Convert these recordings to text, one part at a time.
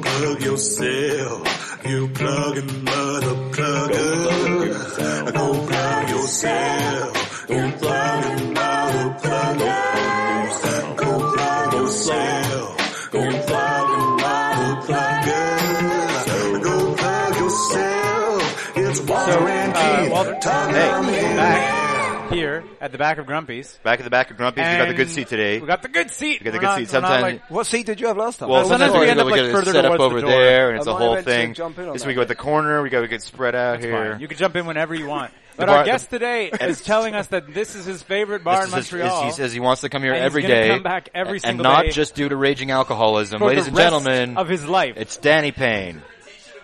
plug yourself, you plugging mother plugger. Go plug yourself, you plugging mother plugger. Go plug yourself, you plugging mother plugger. Go plug yourself, it's Walter and uh, Keith. Walter- talking Hey, on the we're internet. back. here at the back of Grumpy's. Back at the back of Grumpy's. we got the good seat today. We got the good seat. We got the We're good not- seat. we're not, Sometimes- like- What seat did you have last time? Well, sometimes we end up, we like, gotta further set up towards the over door. there, and it's a I'm whole not even thing. jump in on This that week we got the corner. We got to get spread out Fine, here. You can jump in whenever you want. But bar- our guest the- today is telling us that this is his favorite bar This in is his- Montreal. he says he wants to come here And he's every gonna day, come back every and- single and not day just due to raging alcoholism, for ladies the and rest gentlemen. of his life. it's Danny Payne.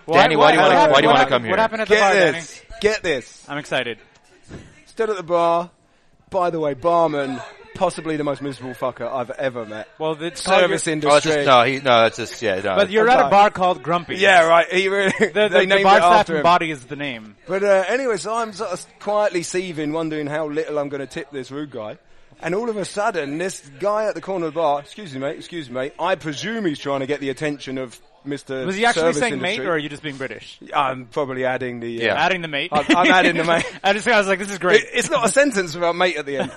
Why- Danny, why do you what wanna- happened- why do you what wanna happened- come here? What happened at the Get bar, Danny? this. Get this. I'm excited. Stood at the bar. By the way, barman, possibly the most miserable fucker I've ever met. Well, the Service Oh, it's industry. just, uh, no, he, no, it's just yeah. No, But you're at a bar called Grumpy. Yeah, right. He really. The, the, they the named bar it staff after and him. body is the name. But uh, anyway, so I'm sort of quietly seething, wondering how little I'm going to tip this rude guy. And all of a sudden, this guy at the corner of the bar, excuse me, mate, excuse me, mate. I presume he's trying to get the attention of Mr. Was he actually Service saying industry. mate, or are you just being British? I'm probably adding the. uh, Yeah. Adding the mate. I'm- I'm adding the mate. I just I was like, this is great. It- it's not a sentence without mate at the end.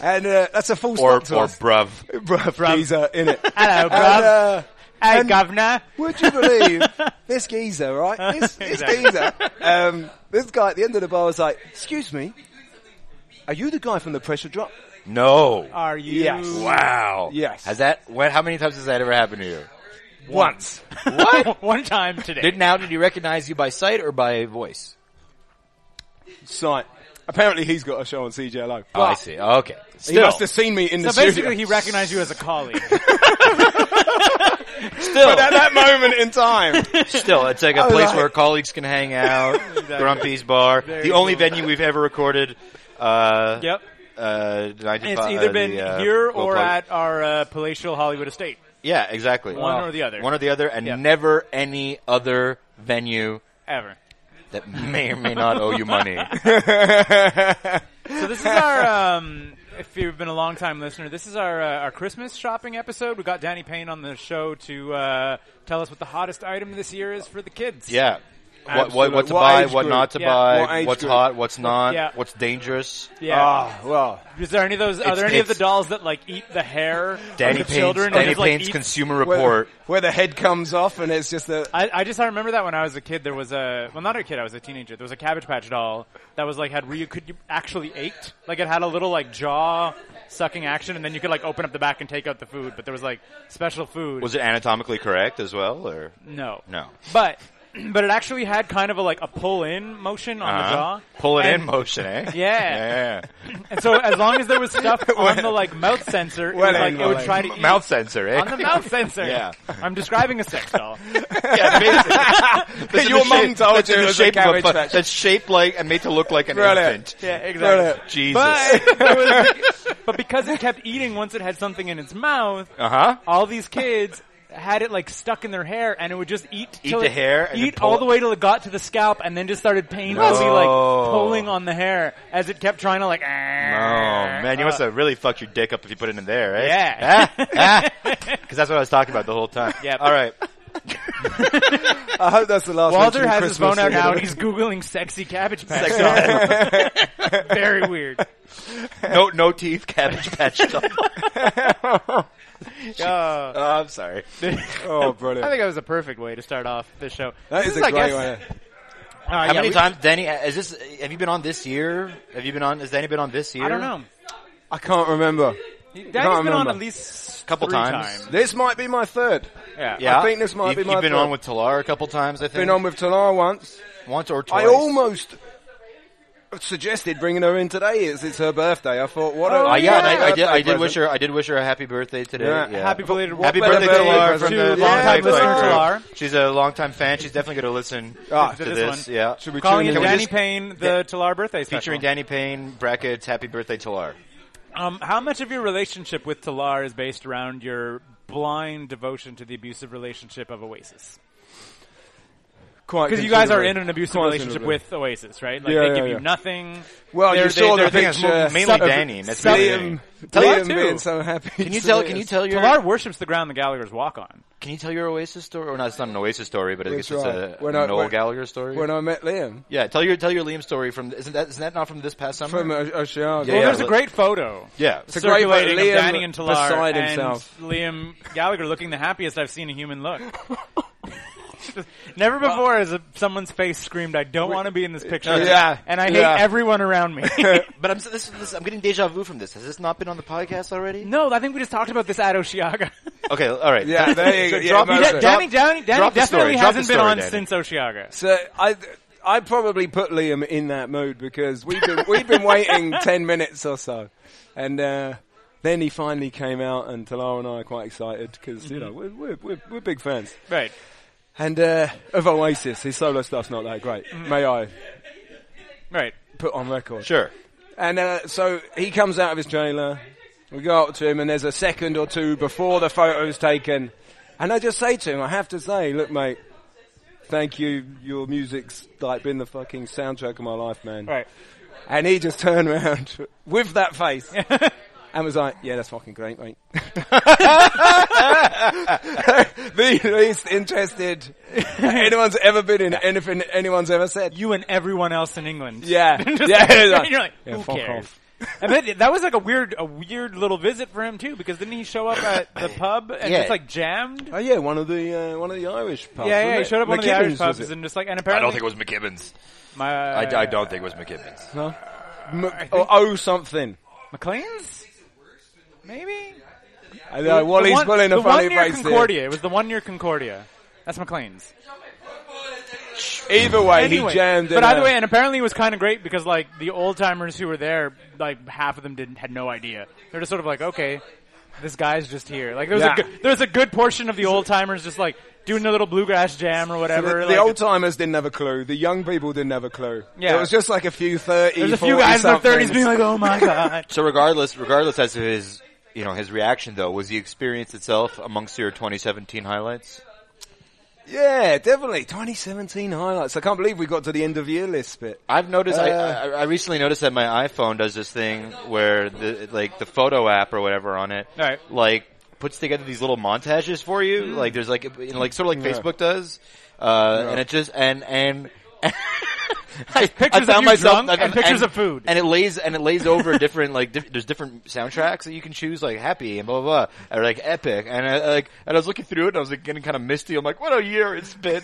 And uh, that's a full or or stop to us. bruv. bruv, geezer in it. Hello, And, bruv. uh, hey, and- governor. would you believe this geezer, right? This, this Exactly. geezer. Um, this guy at the end of the bar was like, excuse me, are you the guy from the pressure drop? No. Are you? Yes. wow. Yes. Has that? When? How many times has that ever happened to you? Once. What? One time today. did now? Did he recognize you by sight or by voice? Sight. Apparently he's got a show on CJLO. Oh, I see. Okay. He Still, must have seen me in the So studio. basically, he recognized you as a colleague. still. But at that moment in time, Still, it's like a Oh, place right. where colleagues can hang out. Grumpy's Bar, the only venue we've ever recorded. Uh, yep. Uh, nine to It's five- either uh, been the, uh, here Go or Plug. at our uh, palatial Hollywood estate. yeah, exactly. One or the other. One or the other, and Yep. never any other venue Ever. that may or may not owe you money. So this is our, um, if you've been a long time listener, this is our uh, our Christmas shopping episode. We got Danny Payne on the show to uh, tell us what the hottest item this year is for the kids. Yeah. What, what, what to What buy, age what group? not to Yeah. buy, What age what's group? hot, what's not, Yeah. what's dangerous. Yeah. ah, well, is there any of those? Are It's- there any of the it's- dolls that like eat the hair Danny of the Payne's, children? and Danny just, like, Payne's eat- consumer where, report. where the head comes off and it's just a, I, I just I remember that when I was a kid, there was a well, not a kid, I was a teenager. There was a Cabbage Patch doll that was like had where you could you actually ached, like it had a little like jaw sucking action, and then you could like open up the back and take out the food. But there was like special food. Was it anatomically correct as well, or? no, No. But but it actually had kind of a like a pull in motion on the Uh-huh. jaw. Pull it And- in motion, eh? Yeah. Yeah. And so as long as there was stuff on the like mouth sensor, it, was, Well, like, it would well, try to eat Mouth sensor, eh? on the mouth sensor. Yeah. I'm describing a sex doll. Yeah, basically. That's in Your the mum shape- told that's you in it the was a shape cabbage of a, patch. That's shaped like and made to look like an Right. infant. Yeah, exactly. Jesus. But, there was- but because it kept eating once it had something in its mouth, uh huh. all these kids had it like stuck in their hair and it would just eat Eat till the it- hair and then eat pull all it- the way till it got to the scalp and then just started painfully No. like pulling on the hair as it kept trying to like Oh Oh man, you must have really fucked your dick up if you put it in there, right? Uh. Ah, Yeah. Because that's what I was talking about the whole time. Yep. All right. I hope that's the last Walter mention of has his Christmas phone out we're now gonna and he's googling sexy cabbage patch Sex doll. doll. Very weird. no, no teeth, cabbage patch. doll. Uh, oh, I'm sorry. Oh, I brilliant. think that was a perfect way to start off the show. that This is a I great guess- one. Uh, How yeah, many we- times, Danny? uh, Is this? Have you been on this year? Have you been on? Has Danny been on this year? I don't know. I can't remember. Daddy's Can't been on remember. at least a Couple three times. This might be my third. Yeah. Yeah, I think this might you've, be my You've been third. on with Talar a couple times. I think Been on with Tanar once. once or twice. I almost suggested bringing her in today. It's, it's her birthday. I thought, what a Uh, yeah, and I, I did. I did birthday wish present. her. I did wish her a happy birthday today. Yeah. Yeah. Happy belated Happy Well, birthday, Talar, better birthday from present. the Yeah, longtime birthday Talar. Talar. She's a longtime fan. She's definitely going to listen Ah, to to this. this one. Yeah, Should we Calling in tune in? Danny just- Payne, the Talar birthday special. featuring Danny Payne brackets Happy Birthday Talar. Um, how much of your relationship with Talar is based around your blind devotion to the abusive relationship of Oasis? Quite Because you guys are considerably. in an abusive Quite relationship considerably. with Oasis, right? Like Yeah, they yeah, give yeah. you nothing. Well, They're- you they- saw they're- the they're- picture. Mainly Sub- Danny. That's sub- mainly Danny. Liam, Talar Liam too. being so happy. Can you tell? Can you tell your? Talar worships the ground the Gallagher's walk on. Can you tell your Oasis story? Or no, it's not an Oasis story, but I guess That's it's right. a When I- Noel when- Gallagher story. When I met Liam yeah, tell your tell your Liam story from. Isn't that isn't that not from this past summer? from Oceania. Yeah, well, there's a look- great photo. yeah, a great circulating photo. of Liam Danny and Talar beside and himself. Liam Gallagher looking the happiest I've seen a human look. Never before has a, someone's face screamed, "I don't want to be in this picture," Yeah, and I yeah. hate everyone around me. but I'm this, this, I'm getting deja vu from this. Has this not been on the podcast already? no, I think we just talked about this at Oshiaga. Okay, all right. Yeah, there you go. Yeah, drop- most yeah, of it. drop- Danny, Danny, Danny drop the story, definitely drop the hasn't been story, on Danny. since Oshiaga. So I, I probably put Liam in that mood because we've been, we've been waiting 10 minutes or so. And, uh, then he finally came out and Talar and I are quite excited because, you know, we're, we're, we're, we're big fans. Right. And, uh, of Oasis, his solo stuff's not that great. May I Right. put on record? Sure. And, uh, so he comes out of his trailer. We go up to him and there's a second or two before the photo's taken. And I just say to him, I have to say, look mate, thank you. Your music's like been the fucking soundtrack of my life, man. Right. And he just turned around with that face and was like, yeah, that's fucking great, mate. the least interested anyone's ever been in anything anyone's ever said. you and everyone else in England. Yeah. Just Yeah, like- yeah. you're like, Yeah, who fuck cares? off. and then that was like a weird, a weird little visit for him too, because didn't he show up at the pub and Yeah. just like jammed? Oh yeah, one of the, uh, one of the Irish pubs. Yeah, yeah, wasn't he it? showed up at one of the Irish McKibben's, pubs was it? and just like, and apparently, was McKibbins. my, uh, I, I don't think it was McKibbins. No? M- or oh something. McLean's, maybe. I know, Wally's the one, pulling a the funny one near face Concordia. It was the one near Concordia. That's McLean's. there. Either way, Anyway, he jammed but in either a- way, and apparently it was kind of great because like the old timers who were there, like half of them didn't had no idea. They're just sort of like, okay, this guy's just here. Like there was Yeah. a good, there was a good portion of the old timers just like doing the little bluegrass jam or The, whatever. the like, old timers didn't have a clue. The young people didn't have a clue. Yeah. It was just like a few 30, there's a few 40 guys in their somethings. thirties being like, oh my god. So regardless, regardless as to his, you know, his reaction though, was the experience itself amongst your 2017 highlights? Yeah, definitely. 2017 highlights. I can't believe we got to the end of year list bit. I've noticed. I, Uh. I, I recently noticed that my iPhone does this thing where the like the photo app or whatever on it, Right. like puts together these little montages for you. Like there's like you know, like sort of like Facebook does, uh, and it just and and. I, pictures of you drunk and pictures of food. and it lays and it lays over different like diff- there's different soundtracks that you can choose like happy and blah blah blah or like epic and I, like and I was looking through it and I was like, getting kind of misty. I'm like, what a year it's been.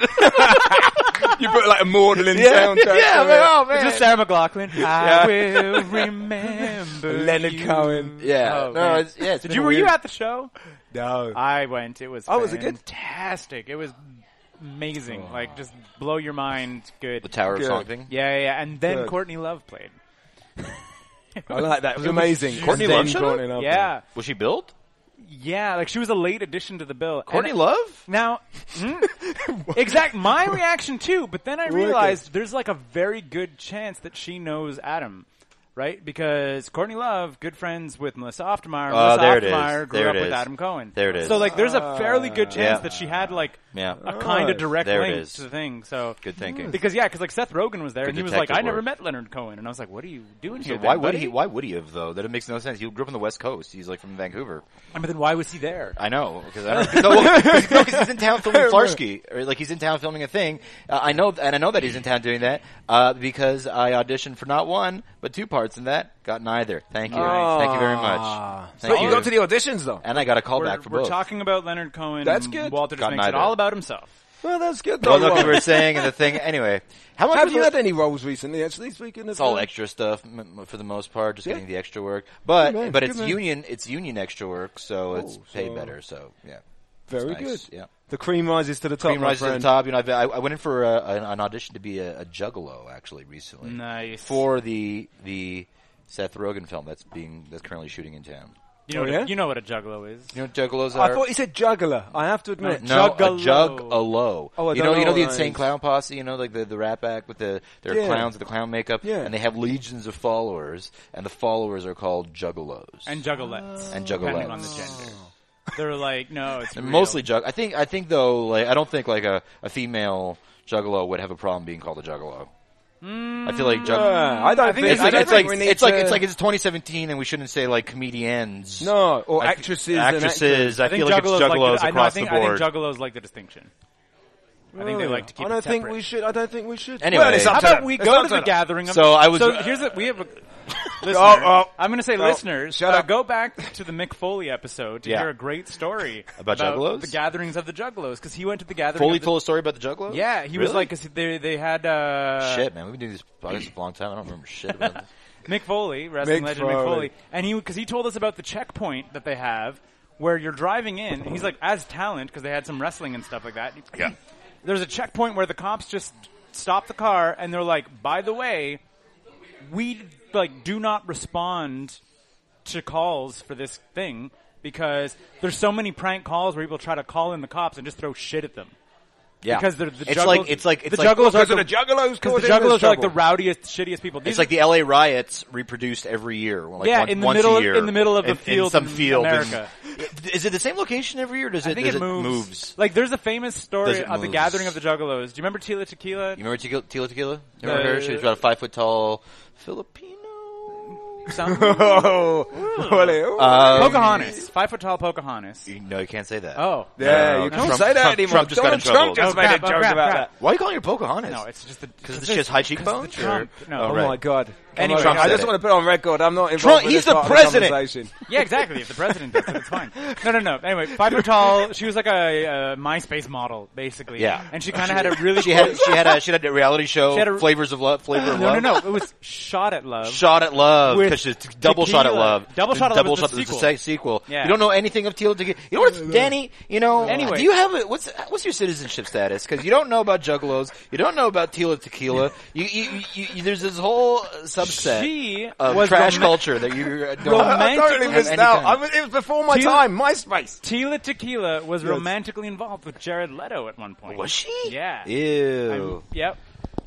You put like a maudlin yeah, soundtrack. yeah, I'm to it. like, oh man. It's just Sarah McLaughlin. Yeah. I will remember oh. Leonard you. Cohen. Yeah. Oh, no, man. it's, yeah. It's Did been you a were you weird- at the show? No. I went. It was. Oh, was it good? Fantastic. It was amazing. Oh. Like just blow your mind. Good. the Tower Good. of Song thing? Yeah, yeah, yeah. And then Good. Courtney Love played. I like that. It was amazing. Courtney Then Love showed up? Courtney Love. Yeah, Was she billed? yeah. Like she was a late addition to the bill. Courtney And- Love? Now, hmm? exact my reaction too. But then I Wicked. realized there's like a very good chance that she knows Adam. Right, because Courtney Love, good friends with Melissa Oftmeyer. Oh, Melissa there it is. Oftmeyer grew There up it with is. Adam Cohen. There it is. So, like, there's a fairly good chance Yeah. that she had like Yeah. Oh, a kind of direct There it link is. to the thing. So Good thinking. Because yeah, because like Seth Rogen was there, Good and he was like, detective "I never work. met Leonard Cohen," and I was like, "What are you doing So here?" why then, would buddy?" he? Why would he have though? That it makes no sense. He grew up on the West Coast. He's like from Vancouver. I mean, then why was he there? I know because I don't. no, because he's in town filming Flarsky, or like he's in town filming a thing. Uh, I know, and I know that he's in town doing that uh, because I auditioned for not one but two parts in that. Got neither. Thank you. Thank you very much. Thank But Ah. you got to the auditions though. and I got a call We're, back for we're both. talking about Leonard Cohen. That's and good. Walter just Got makes neither. it all about himself. Well, that's good though. well, look, we were Well, saying and the thing anyway. How much have was you it- had any roles recently? Actually, speaking of It's all extra stuff m- m- for the most part, just Yeah. getting the extra work. But Good man, but good it's man. union it's union extra work, so it's paid Oh, so- better. So yeah, Very nice, good. yeah. The cream rises to the top. Cream my rises to the friend. top. You know, I've, I, I went in for a, an, an audition to be a, a juggalo actually recently. Nice. For the the Seth Rogen film that's being that's currently shooting in town. You know, Oh, what yeah? a, you know what a juggalo is. You know what juggalos I are? thought he said juggler. I have to admit. no, Juggalo. a juggalo. Oh, I you don't know, you know know the what that insane is. clown posse. You know, like the the rap act with the their Yeah. clowns with the clown makeup, Yeah. and they have legions of followers, and the followers are called juggalos And juggalettes. and Depending on the juggalettes. gender. They're like, no, it's And real. Mostly jug. I think. I think though. Like, I don't think like a, a female juggalo would have a problem being called a juggalo. I feel like jug- Mm, Yeah, I don't I think think, It's I like don't it's think like we need it's like to- it's like it's 2017, and we shouldn't say like comedians. no or I th- actresses. and actors. actresses. I, I think feel like it's juggalos, like the, juggalos I, know, I across think, the board. I think juggalos like the distinction. I think they like to keep I don't it think separate. we should. I don't think we should. Anyway. well, it's up How to about them. we It's go up to the them. gathering? Of, So I was- So here's a, we have a. Listener, Oh, oh. I'm going to say, Oh, listeners, shut uh, up. go back to the Mick Foley episode to Yeah. hear a great story About juggalos? the gatherings of the juggalos, because he went to the gathering. Foley of the, told a story about the juggalo. yeah, he was Really? like, 'cause they they had uh, shit, man. We've been doing this podcast for a long time. I don't remember shit about this. Mick Foley, wrestling Mick legend Mick Foley. Foley, and he because he told us about the checkpoint that they have where you're driving in. And he's like, as talent because they had some wrestling and stuff like that. Yeah, there's a checkpoint where the cops just stop the car and they're like, by the way, we like do not respond to calls for this thing because there's so many prank calls where people try to call in the cops and just throw shit at them. Yeah, Because they're the it's juggles- like it's like it's the like, juggalos are Because of the juggalos because causing the this juggalos are like trouble. the rowdiest, shittiest people. These It's like the LA riots reproduced every year. Like Yeah, one- in the once middle a of- year, in the middle of the in, in field some in field. in- America. is it the same location every year? or Does it, I think does it moves. Like there's a famous Does story it of the moves? gathering of the juggalos. Do you remember Tila Tequila? You remember Tequila? Tequila? Tequila? You remember her? Uh, She was about a five foot tall Filipino. Some- Oh, well, it- oh. Um, Pocahontas, five foot tall Pocahontas. you- no, you can't say that. Oh, yeah, no, you Trump- can't say that Trump- anymore. Trump just got in Donald Trump trouble. Oh, just made a crap, oh, joke crap, about crap. Why are you calling her Pocahontas? no, Oh, it's just the because she has high cheekbones. or- Trump. No. Oh, that. Oh right. my god. Anyway, Come on, I said just it. want to put on record. I'm not involved. Trump- with he's this the part of president. conversation. yeah, exactly. If the president does it, it's fine. No, no, no. Anyway, five foot tall. She was like a, uh MySpace model, basically. Yeah. and she kind of had a really. She had she had a she had a reality show. She had a- Flavors of love. Flavor of no, no, love. no. It was shot at love. Shot at love With because she's t- double shot at tequila. love. Double Shot at Love Double was the shot was the sequel. se- sequel. Yeah. You don't know anything of Teal Tequila. You know what's Danny? You know. Anyway. do you have a, what's what's your citizenship status? Because you don't know about Juggalos. You don't know about Teal Tequila. You, you, you, you there's this whole subset She of was trash roman- culture that you uh, don't. I Romantically totally have missed any out. kind. I was, it was before my Do you- time. MySpace. Tila Tequila was romantically involved with Jared Leto at one point. Was she? Yeah. Ew. Yep.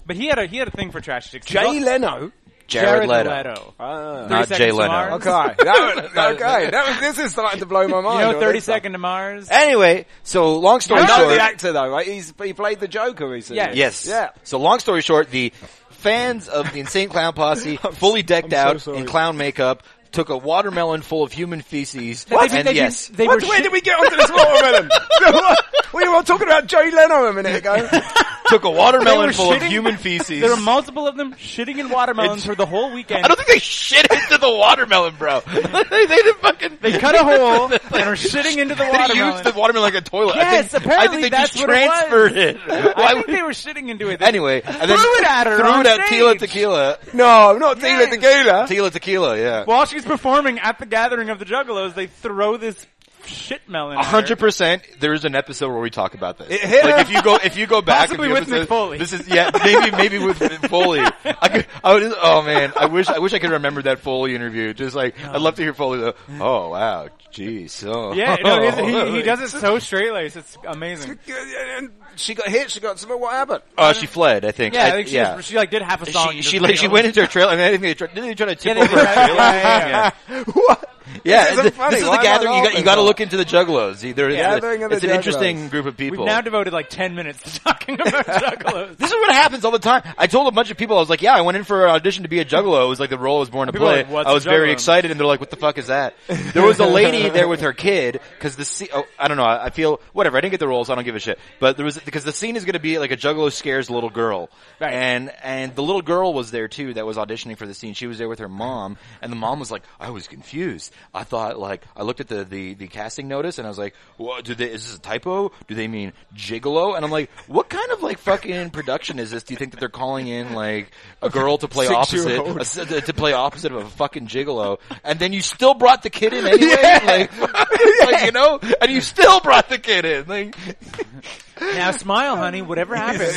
But he had a he had a thing for trash chicks. Jay Leno. Jared, Leto. Ah. Not 30 Seconds Jay Oh, to Leno. Mars. Okay. That was, okay. That was, this is starting to blow my You mind. Oh, know, all thirty this stuff. second to Mars. Anyway, so long story I know short. the actor though, right? He's he played the Joker recently. Yeah. Yes. Yeah. So long story short, the fans of the Insane Clown Posse, fully decked I'm so out sorry. in clown makeup, took a watermelon full of human feces. They- they- And they- yes, they What, were where shi- did we get onto this watermelon? we were talking about Jay Leno a minute ago. took a They watermelon were full of shitting- human feces. There were multiple of them shitting in watermelons It's- for the whole weekend. I don't think they shit into the watermelon, bro. they, they didn't fucking. They cut a hole and are shitting into the They watermelon. used the watermelon like a toilet. Yes, I think, apparently I think they that's just what it was. transferred it. Why I think would- they were shitting into it. anyway, and then Threw it at her Threw on it at stage. Tila Tequila. No, not Tila Tequila. Tila Tequila, yeah. While she's performing at the gathering of the Juggalos, they throw this shit melon. A at her. hundred percent. There is an episode where we talk about this. It hit her. like if you go, if you go back, Possibly a few with Mick episodes- Foley. This is yeah, maybe maybe with Mick Foley. I could, I would, just- oh man, I wish I wish I could remember that Foley interview. Just like I'd love to hear Foley. Though. Oh wow, Oh. geez. So Yeah, no, he, Oh. he, he does it so straight laced. It's amazing. And she got hit. She got some. What happened? Uh, she fled. I think. Yeah, I think she, was- she like did half a song. She and she, just like, like, she oh. went into her trailer and I think they tried, didn't they try to tip Yeah, they over her tried. trailer? Yeah, yeah, yeah. What? Yeah, isn't th- funny. this is Why the am I gathering. You got laughing you got to now? look into the Juggalos. There, it's, a- Gathering of the it's an Juggalos. interesting group of We've people. now devoted like ten minutes to talking about Juggalos. This is what happens all the time. I told a bunch of people, I was like, yeah, I went in for an audition to be a juggalo. It was like the role I was born to People are play. like, "What's I was a very juggalo?" excited and they're like, what the fuck is that? There was a lady there with her kid because the scene, oh, I don't know, I I feel, whatever, I didn't get the role so I don't give a shit. But there was, because the scene is going to be like a juggalo scares a little girl. Right. And, and the little girl was there too that was auditioning for the scene. She was there with her mom and the mom was like, I was confused. I thought like, I looked at the, the, the casting notice and I was like, what, do they, is this a typo? Do they mean gigolo? And I'm like, what kind of like fucking production is this? Do you think that they're calling in like a girl to play opposite, Six-year-old. a s- to play opposite of a fucking gigolo? And then you still brought the kid in anyway? Like, like, you know, and you still brought the kid in. Like, Now smile, honey. Whatever happens,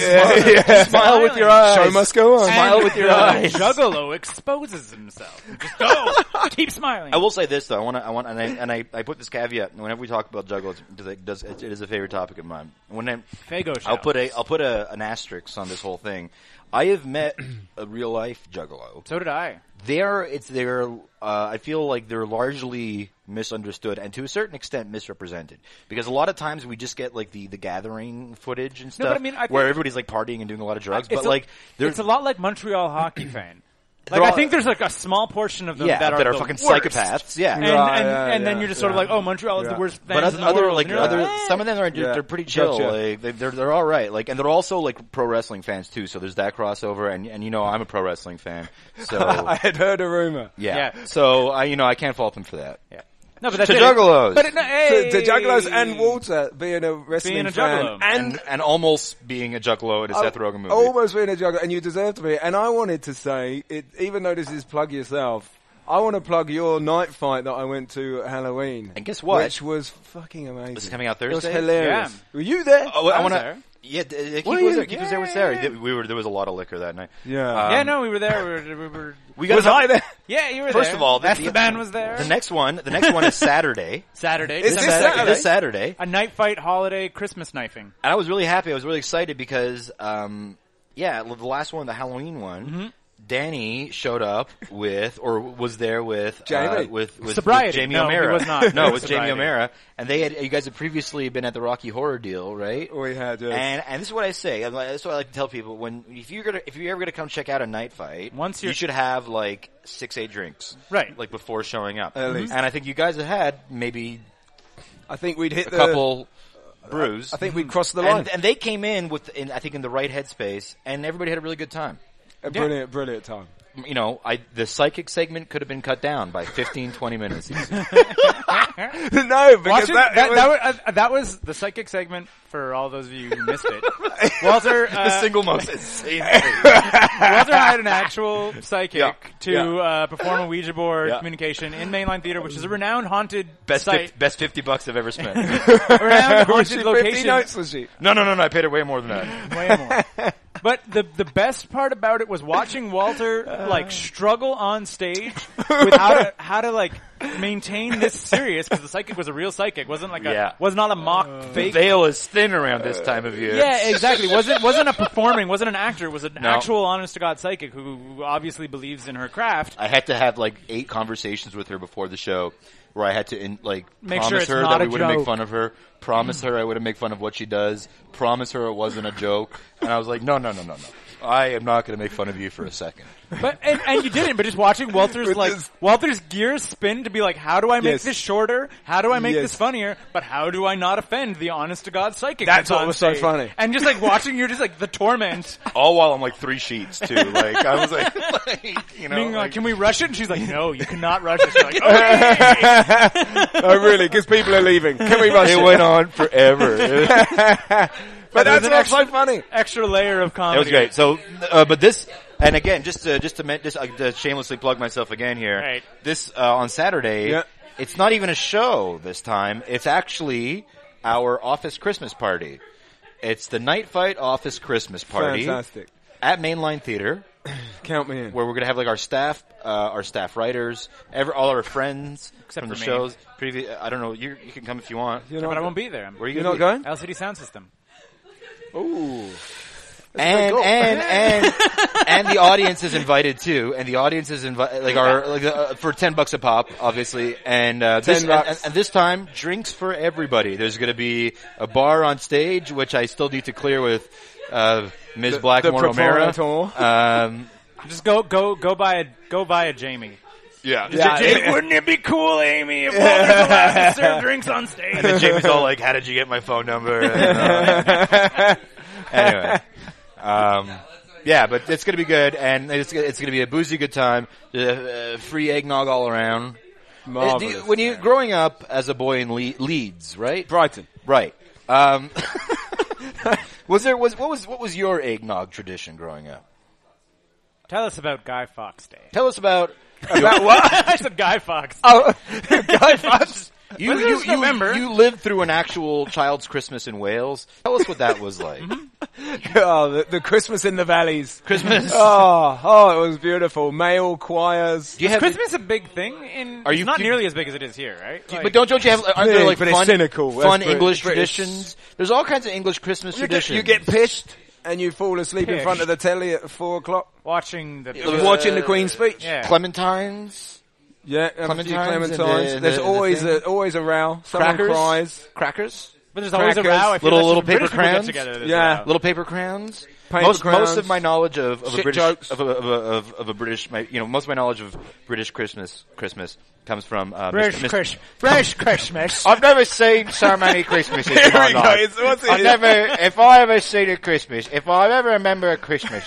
smile with your eyes. Show must go on. Smile with your eyes. Juggalo exposes himself. Just go. Keep smiling. I will say this though. I want to. I want, and I, and I, I put this caveat. Whenever we talk about jugglers, because it does, it, it is a favorite topic of mine. When I, Fago I'll shout. put a, I'll put a, an asterisk on this whole thing. I have met a real life juggalo. So did I. They're, it's they're. Uh, I feel like they're largely misunderstood and to a certain extent misrepresented because a lot of times we just get like the the gathering footage and No, stuff but I mean, I where think- everybody's like partying and doing a lot of drugs, It's but a- like there's it's a lot like Montreal hockey fan. Like They're I all- think there's like a small portion of them yeah that are, the fucking worst. psychopaths. Yeah, And, Right, and, yeah, and then yeah, you're just sort of yeah. like, oh, Montreal is Yeah. the worst. But fans other, in the other world. like And you're other eh. some of them are Yeah. they're pretty chill. Gotcha. Like they, they're they're all right. Like and they're also like pro wrestling fans too. So there's that crossover. And and you know I'm a pro wrestling fan. So I had heard a rumor. yeah. Yeah. So I you know I can't fault them for that. Yeah. no, but that's to it. juggalos. But it, no, To, to hey. Juggalos and Walter being a wrestling Being a fan juggalo. and And and almost being a juggalo Oh, in a Seth Rogen movie. Almost being a juggler, and you deserve to be. And I wanted to say, it, even though this is plug yourself, I want to plug your night fight that I went to at Halloween. And guess what? Which was fucking amazing. This is coming out It was Thursday? hilarious. Yeah. Were you there? Oh, I I was want to. there. Yeah, d- uh, Keith Were was you? there. Keith was there with Yeah, Sarah. yeah, Th- We were there was a lot of liquor that night. Yeah. Yeah, Um, no, we were there. We were. We were We got was I there? yeah, you were there. First of all, the- that's the, the- band was there. The next one. The next one is Saturday. Saturday, Is this December Saturday? This Saturday. A night fight, holiday, Christmas knifing. And I was really happy. I was really excited because, um, yeah, the last one, the Halloween one, Mm-hmm. Danny showed up with, or was there with, uh, Jamie. with, with, Sobriety. with Jamie No, he O'Mara. was not. no, It with was Jamie sobriety. O'Mara. And they had, you guys had previously been at the Rocky Horror deal, right? We had, yes. And, and this is what I say. I'm like, this is what I like to tell people. When, if you're gonna, if you're ever gonna come check out a night fight, Once you you're- should have like six, eight drinks. Right. Like before showing up. Mm-hmm. At least. And I think you guys had had maybe I think we'd hit a the couple brews. Uh, I think we'd crossed the line. And, and they came in with, in, I think, in the right headspace, and everybody had a really good time. a brilliant, brilliant time. You know, I the psychic segment could have been cut down by 15, 20 minutes. no, because Watching, that, that, it that, was, was, uh, that was the psychic segment for all those of you who missed it. Walter, the uh, single most insane. Walter hired an actual psychic Yeah. to Yeah. Uh, perform a Ouija board Yeah. communication in Mainline Theater, which is a renowned haunted Best site, fif- best fifty bucks I've ever spent. a renowned was she haunted 50 location. notes, was she? no, no, no, no. I paid her way more than that. Way more. But the the best part about it was watching Walter like struggle on stage with how to how to like maintain this serious because the psychic was a real psychic, wasn't like a Yeah. was not a mock The fake veil is thin around this time of year. Yeah, exactly. wasn't wasn't a performing, wasn't an actor, it was an No. actual honest to god psychic who, who obviously believes in her craft. I had to have like eight conversations with her before the show, where I had to in, like Make sure promise it's her not that we a wouldn't make joke. fun of her, promise her I wouldn't make fun of what she does, promise her it wasn't a joke, and I was like, no, no, no, no, no, I am not going to make fun of you for a second. But and, and you didn't. But just watching Walter's With like this- Walter's gears spin to be like, how do I make Yes. this shorter? How do I make Yes. this funnier? But how do I not offend the honest to god psychic? That's what on was so stage? funny. And just like watching, you're just like the torment. All while I'm like three sheets too. Like I was like, like, you know, being like, like, can we rush it? And she's like, no, you cannot rush it. She's like, okay. Oh, really? Because people are leaving. Can we rush it it? went on forever. it But There's that's an what's so extra- funny. extra layer of comedy. was great. So, uh, but this, and again, just to, just to men- just uh, to shamelessly plug myself again here. Right. This uh, on Saturday. Yeah. It's not even a show this time. It's actually our office Christmas party. It's the night fight office Christmas party Fantastic. at Mainline Theater. Count me in. where we're gonna have like our staff, uh, our staff writers, every, all our friends Except from the for me. shows. Previous, I don't know. You you can come if you want. You're But not, I won't be there. Where are you you're gonna be? not going? LCD sound system. Ooh. And and and and the audience is invited too. And the audience is invited, like our like uh, for ten bucks a pop, obviously. And uh, this, 10 bucks. And, and this time, drinks for everybody. There's gonna be a bar on stage, which I still need to clear with. Uh, Ms. The- Blackmore the O'Mara. proprietor. Um, Just go, go, go buy a, go buy a Jamie. yeah. Yeah, it- wouldn't it be cool, Amy, if Walter's allowed to serve drinks on stage? And Jamie's all like, "How did you get my phone number?" uh, anyway, um, yeah, but it's gonna be good, and it's it's gonna be a boozy good time. Uh, uh, free eggnog all around. Uh, do you- Marvelous. when you growing up as a boy in Le- Leeds, right? Brighton. Right. Um, was there was what was what was your eggnog tradition growing up? Tell us about Guy Fawkes Day. Tell us about About what? I said Guy Fawkes. Oh, Guy Fawkes. You, But it's you, November. You, you lived through an actual child's Christmas in Wales. Tell us what that was like. Mm-hmm. oh, the, the Christmas in the valleys. Christmas. Oh, oh, it was beautiful. Male choirs. Do you have, Christmas is a big thing in. Are Are you- you not do- nearly as big as it is here, right? Like, but don't, don't you have, aren't there Big, like but it's fun, cynical. That's fun Brit- English British. traditions? There's all kinds of English Christmas You get, traditions. you get pissed and you fall asleep in Pissed. front of the telly at four o'clock watching the Uh, watching the Queen's speech. yeah. Clementines, Yeah, have a few Clementines and Clementines. the- There's the- the always thing. a, always a row. Someone crackers, cries. crackers, But there's always a Crackers, row. I feel little- that's little what paper British people get crowns. together. there's a Yeah. row. little paper crowns. Paper most, most crowns. of my knowledge of, of a Shit British jokes. of a, of a, of, of a British, my, you know, most of my knowledge of British Christmas Christmas comes from uh, Mr. Mr. British Christmas. I've never seen so many Christmases in my we go. life. It's- what's it- I've never, if I ever seen a Christmas, if I ever remember a Christmas,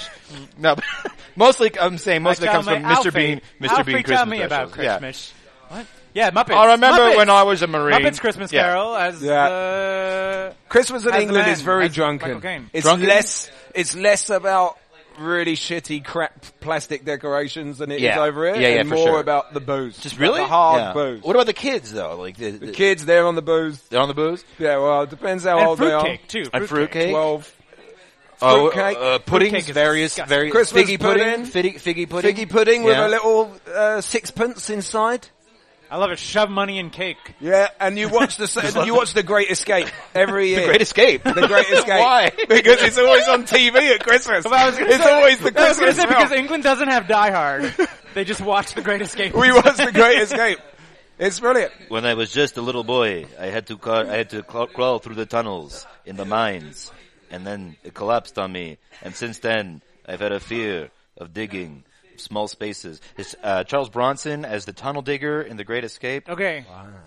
no, but mostly I'm saying most of it comes from Mr. Bean, Mr. Alfie, Bean Christmas. tell me about specials. Yeah. Christmas. What? Yeah, Muppets. I remember Muppets. when I was a Marine. Muppets Christmas Yeah. Carol as Yeah. the Christmas in As England men, is very as Michael drunken. Caine. It's Drunken? less. It's less about really shitty crap plastic decorations than it is Yeah. over here, Yeah, yeah, and for more sure. about the booze. Just About really the hard Yeah. booze. What about the kids though? Like the, the- the kids? They're on the booze. they're on the booze. Yeah, well, it depends how and old they are. fruitcake too. And fruitcake. Twelve. Oh, Fruitcake. uh, puddings, Fruitcake is various, disgusting. various Christmas figgy pudding. fiddy- figgy pudding, Figgy pudding with Yeah. a little uh, sixpence inside. I love it. Shove money in cake. Yeah, and you watch the you watch the Great Escape every year. The Great Escape. The Great Escape. Why? Because it's always on TV at Christmas. it's always the I was going Christmas. to say because film. England doesn't have Die Hard. they just watch The Great Escape. we watch the Great Escape. It's brilliant. When I was just a little boy, I had to car- I had to cl- crawl through the tunnels in the mines, and then it collapsed on me. And since then, I've had a fear of digging small spaces. It's uh, Charles Bronson as the tunnel digger in The Great Escape. okay.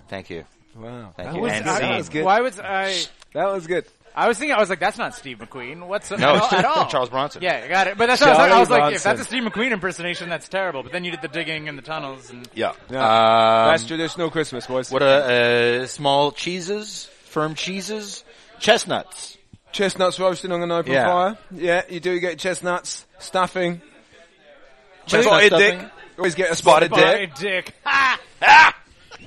Thank you, Wow, thank that you. was, and I- scene. that was good. Why was I? That was good. I was thinking. I was like, that's not Steve McQueen. What's No, at it's all, at all. Charles Bronson. Yeah, I got it. But that's what I was like. I Charlie was like, if Bronson. that's a Steve McQueen impersonation, that's terrible. But then you did the digging and the tunnels and Yeah. Yeah. Um, That's traditional Christmas, boys. what a uh, small cheeses, firm cheeses, chestnuts. Chestnuts roasting on an open Yeah. fire. Yeah, you do get chestnuts stuffing. Chestnut stuffing. Always get a spotted, By dick. dick.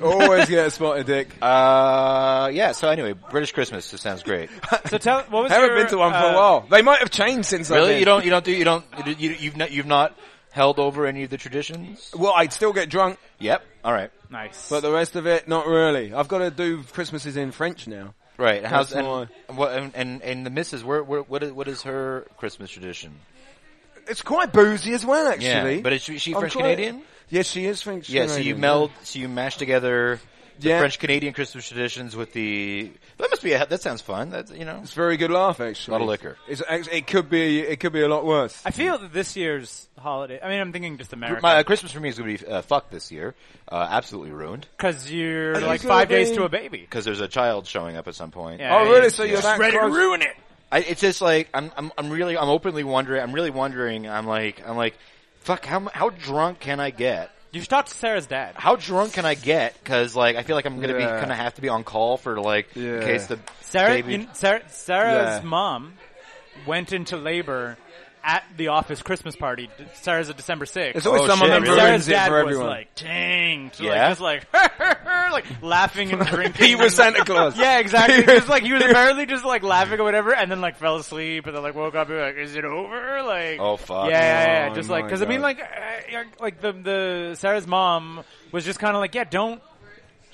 Always get a spotted dick. Uh, yeah. So anyway, British Christmas just sounds great. So tell what was I haven't your, been to one for uh, a while. They might have changed since I've Really? been. You don't? You don't do? You don't? You, you've not? You've not held over any of the traditions? Well, I'd still get drunk, Yep. All right. Nice. but the rest of it, not really. I've got to do Christmases in French now. Right. How's That's and, why. what, and and and the missus? Where, where what is what is her Christmas tradition? It's quite boozy as well, actually. Yeah. But is she, she I'm French quite- Canadian? Yes, she is French. Yeah. So you Canadian, meld. So you mash together the Yeah. French Canadian Christmas traditions with the. That must be. A, that sounds fun. That's you know. It's a very good laugh, actually. Lot of liquor. It's, act- it could be. It could be a lot worse. I feel that this year's holiday. I mean, I'm thinking just America My uh, Christmas for me is going to be uh, fucked this year. Uh, absolutely ruined because you're Are you like five gonna days be- to a baby. because there's a child showing up at some point. Yeah. Oh, really? So Yeah. you're that Ready close? to ruin it. I, it's just like I'm, I'm, I'm really, I'm openly wondering. I'm really wondering. I'm like, I'm like, fuck. How mu- how drunk can I get? You should talk to Sarah's dad. How drunk can I get? Because like, I feel like I'm gonna be, Yeah. gonna have to be on call for like, in Yeah. case the Sarah, baby. you- Sarah Sarah's Yeah. mom went into labor at the office Christmas party. D- Sarah's a December 6th. There's always Oh, someone shit, that really? Sarah's ruins it dad for was everyone. like, dang, so, Yeah? like, just like, like laughing and drinking. he was and, Santa Claus. yeah, exactly. just like he was apparently just like laughing or whatever, and then like fell asleep, and then like woke up and like, is it over? Like, Oh, fuck. yeah, yeah, yeah. Oh, just my like because I mean, God. like, uh, yeah, like the the Sarah's mom was just kind of like, yeah, don't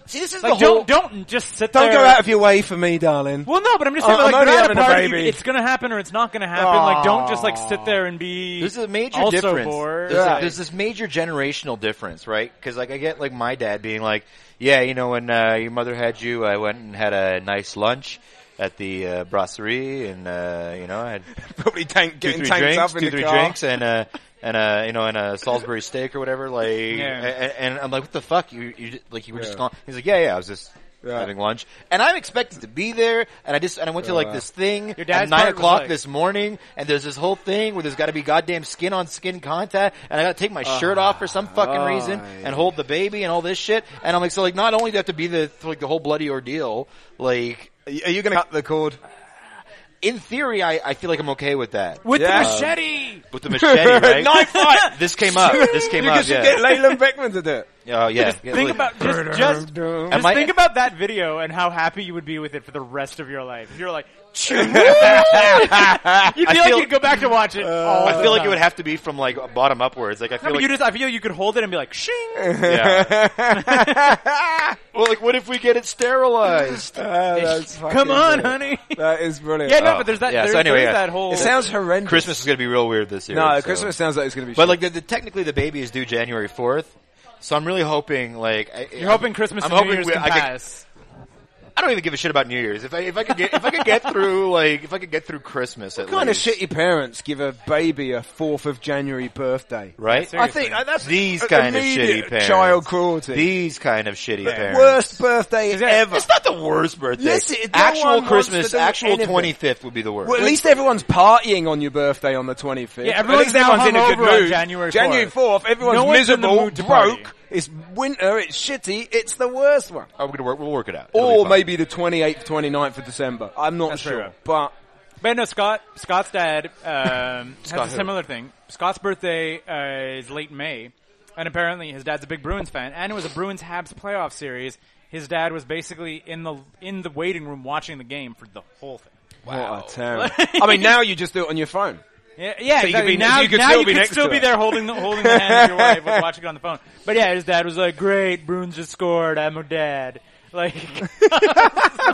See, this is like the whole. don't don't just sit Don't there. go out of your way for me, darling. Well, no, but I'm just I'm- saying, like, I'm you're at only a having a party, baby. it's gonna happen or it's not gonna happen. Like, don't just like sit there and be. There's a major also difference. Bored. There's, a- Yeah. there's this major generational difference, right? Because like I get like my dad being like, "Yeah, you know, when uh, your mother had you, I went and had a nice lunch at the uh, brasserie, and uh, you know, I had Probably tank, two getting three tanked drinks, up in two the three car. drinks, and uh and uh you know and a Salisbury steak or whatever. Like, and, and I'm like, what the fuck? You you just- like you were just Yeah. gone. He's like, yeah, yeah, I was just. Yeah. Having lunch, and I'm expected to be there, and I just and I went to like wow. this thing Your at dad's nine part was o'clock like- this morning, and there's this whole thing where there's got to be goddamn skin on skin contact, and I got to take my shirt off for some fucking Oh, reason, and hold the baby and all this shit, and I'm like, so like not only do I have to be the like the whole bloody ordeal, like Are you going to cut the cord? in theory, I I feel like I'm okay with that. With Yeah. the machete! machete. with the machete, right? Knife fight. This came up. Oh, This came you up. could Yeah. get Leyland Beckman to do it. oh yeah. Yeah, Think like- about just just, Am just I- think about that video and how happy you would be with it for the rest of your life. You're like, you'd feel, like feel- you'd go back to watch Uh, it. all I the feel like it time. would have to be from like bottom upwards. Like I No, feel but like you just, I feel you could hold it and be like, shing. Yeah. well, like, what if we get it sterilized? Ah, that's Come fucking on, brilliant. honey. That is brilliant. Yeah, no, Oh, but there's that. yeah, so there's, anyway, there's yeah. that whole. It sounds horrendous. Christmas is going to be real weird this year. No, so. Christmas sounds like it's going to be. But shit. like, the, the, technically, the baby is due January fourth. So I'm really hoping, like, I, You're hoping Christmas I'm and New Year's hoping we- can I could- pass. I don't even give a shit about New Year's. If I if I could get if I could get through like if I could get through Christmas, at what kind of least. shitty parents give a baby a Fourth of January birthday? Right? Yeah, I think uh, that's These a- kind of immediate shitty parents. Child cruelty. These kind of shitty parents. worst birthday ever. It's not the worst birthday. Yes, it- no actual one wants to Christmas, do actual anything. twenty fifth would be the worst. Well, at least everyone's partying on your birthday on the 25th. Yeah, everyone's at least now everyone's in a good hungover on mood. January 4th. January 4th, everyone's No one's in the miserable, mood to party. broke, it's winter, it's shitty, it's the worst one. oh, we're gonna work. We'll work it out. It'll be Or fine. maybe the 28th, 29th of December. I'm not That's sure, right. but But no, Scott. Scott's dad um, Scott has a who? similar thing. Scott's birthday uh, is late May, and apparently his dad's a big Bruins fan, and it was a Bruins Habs playoff series. His dad was basically in the in the waiting room watching the game for the whole thing. what a town. I mean, now you just do it on your phone. Yeah, yeah. So you could exactly. be- now, you could now still you be could next still to be it. there holding the holding the hand of your wife, with watching it on the phone. But yeah, his dad was like, "Great, Bruins just scored. I'm a dad." Like,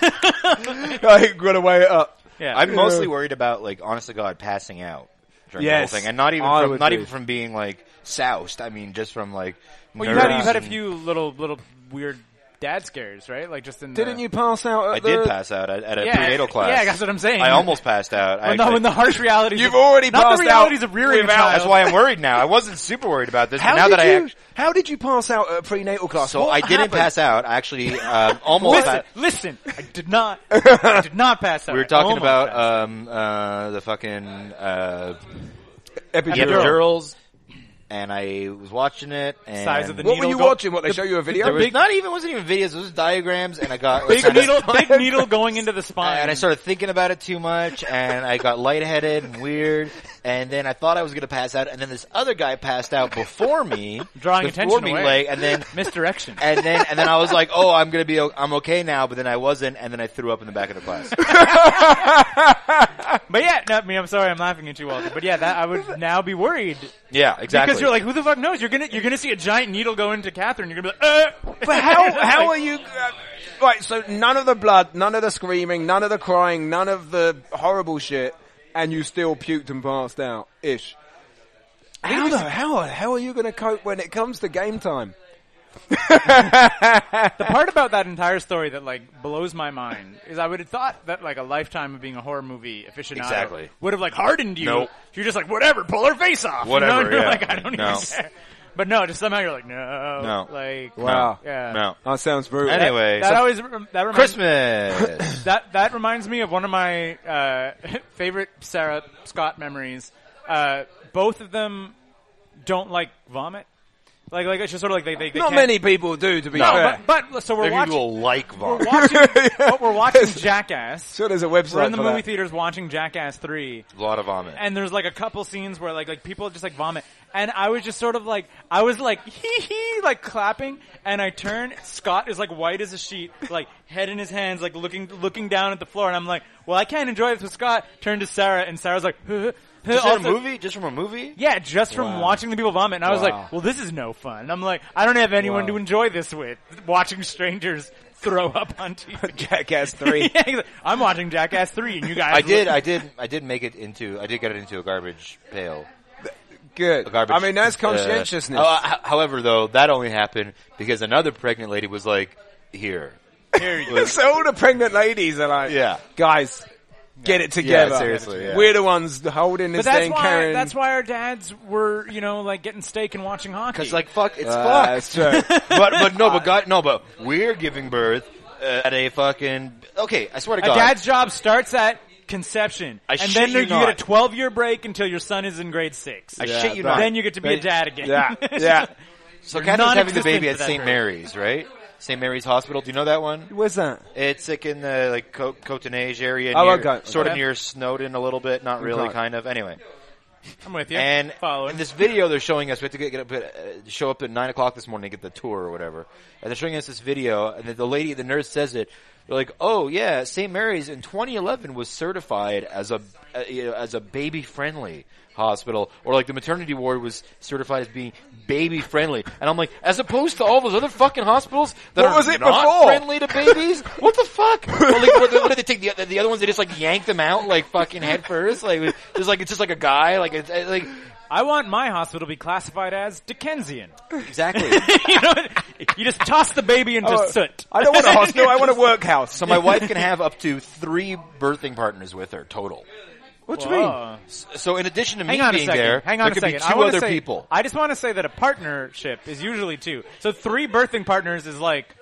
I got to weigh it up. yeah, I'm mostly worried about like honest to god passing out during Yes. the whole thing, and not even I from, would not be. even from being like soused. I mean, just from like. Well, you've had, nerves you've had a and- few little little weird dad scares, right? Like just in the- Didn't you pass out at I the... did pass out at, at a Yeah, prenatal class. yeah, that's what I'm saying. I almost passed out. I When the, actually- when the harsh realities. You've of- already not passed the realities out of rearing a without- child. That's why I'm worried now. I wasn't super worried about this. but How, now did that I you, act- how did you pass out at a prenatal class? so What I didn't happened? pass out. I actually um, almost. Listen, passed. listen. I did not. I did not pass out. we were talking Almost about passed out. um, uh, the fucking uh, Epidural. epidurals, and I was watching it. And Size of the What were Needle you go- watching? What, they show you a video? There was not even wasn't even videos. It was diagrams, and I got big and I- needle, big needle going into the spine. And I started thinking about it too much, and I got lightheaded and weird. And then I thought I was going to pass out, and then this other guy passed out before me, Drawing before attention me, away. like, and then. misdirection. And then, and then I was like, "Oh, I'm gonna be, o- I'm okay now." But then I wasn't, and then I threw up in the back of the class. But yeah, no, I mean, I'm sorry, I'm laughing at you, Walter. But yeah, that I would now be worried Yeah, exactly. because you're like, who the fuck knows? You're gonna you're gonna see a giant needle go into Catherine. You're gonna be like, uh. But how how are you? Uh, right, so none of the blood, none of the screaming, none of the crying, none of the horrible shit, and you still puked and passed out ish. How the how the hell are you going to cope when it comes to game time? The part about that entire story that like blows my mind is I would have thought that like a lifetime of being a horror movie aficionado Exactly. would have like hardened you. Nope. You're just like whatever, pull her face off. You know? Whatever, You're yeah. Like I don't No. even care. But no, just somehow you're like no, No. like Wow. yeah. no. That sounds brutal. Anyway, That so always rem- that reminds Christmas. that that reminds me of one of my uh, favorite Sarah Scott memories. Uh, both of them don't like vomit. Like like it's just sort of like they they, they Not can't- many people do, to be No, fair. But, but so we're Maybe watching. will like We're vomit. watching, but we're watching Jackass. so there's a website. We're in the for movie that. theaters watching Jackass three, A lot of vomit. and there's like a couple scenes where like like people just like vomit, and I was just sort of like I was like hee hee like clapping, and I turn Scott is like white as a sheet, like head in his hands, like looking looking down at the floor, and I'm like, well I can't enjoy this with Scott. Turn to Sarah, and Sarah's like, huh, huh, Just in a also- movie? Just from a movie? Yeah, just from Wow. watching the people vomit, and I was Wow. like, well this is no fun. And I'm like, I don't have anyone Wow. to enjoy this with. Watching strangers throw up on TV. Jackass Three. Yeah, he's like, I'm watching Jackass three, and you guys. I did, look- I did, I did make it into, I did get it into a garbage pail. Good. A garbage. I mean, that's uh, conscientiousness. uh, h- however, though, that only happened because another pregnant lady was like, here. Here you go. Was- so all the pregnant ladies are like, Yeah. guys, get it together. seriously, yeah. We're the ones holding this But that's thing, why carrying. that's why our dads were you know like getting steak and watching hockey. Cause like, fuck, Uh, it's Ah, fucked. that's true. but, but no, but God, no, but we're giving birth uh, at a fucking, okay, I swear to a God. dad's job starts at conception, I and shit then you get a not. 12 year break until your son is in grade six. I Yeah, shit you but- not. then you get to be a dad again. Yeah, yeah. so Catherine's having the non-existent baby for at that St. period. Mary's, right? St. Mary's Hospital. Do you know that one? Where's that? It's like in the like Co- Cotonage area, Oh, near, okay. sort of Okay. near Snowden a little bit, not really, Okay. kind of. Anyway, I'm with you. And following. in this video, they're showing us we have to get, get up at, uh, show up at nine o'clock this morning to get the tour or whatever. And they're showing us this video, and the, the lady, the nurse, says it. They're like, "Oh yeah, St. Mary's in 2011 was certified as a uh, you know, as a baby friendly hospital, or like the maternity ward was certified as being baby friendly." And I'm like, as opposed to all those other fucking hospitals that What are was it not before? friendly to babies. what the fuck? Or like, what, what did they take the, the other ones? They just like yank them out like fucking head first. Like there's like it's just like a guy like it's, it's like. I want my hospital to be classified as Dickensian. Exactly. you know, you just toss the baby into Oh, soot. I don't want a hostel. I want a workhouse. so my wife can have up to three birthing partners with her total. what do you mean? Whoa. S- So in addition to me Hang on a being second. there, Hang on there a could second. be I two wanna other say, people. I just want to say that a partnership is usually two. So three birthing partners is like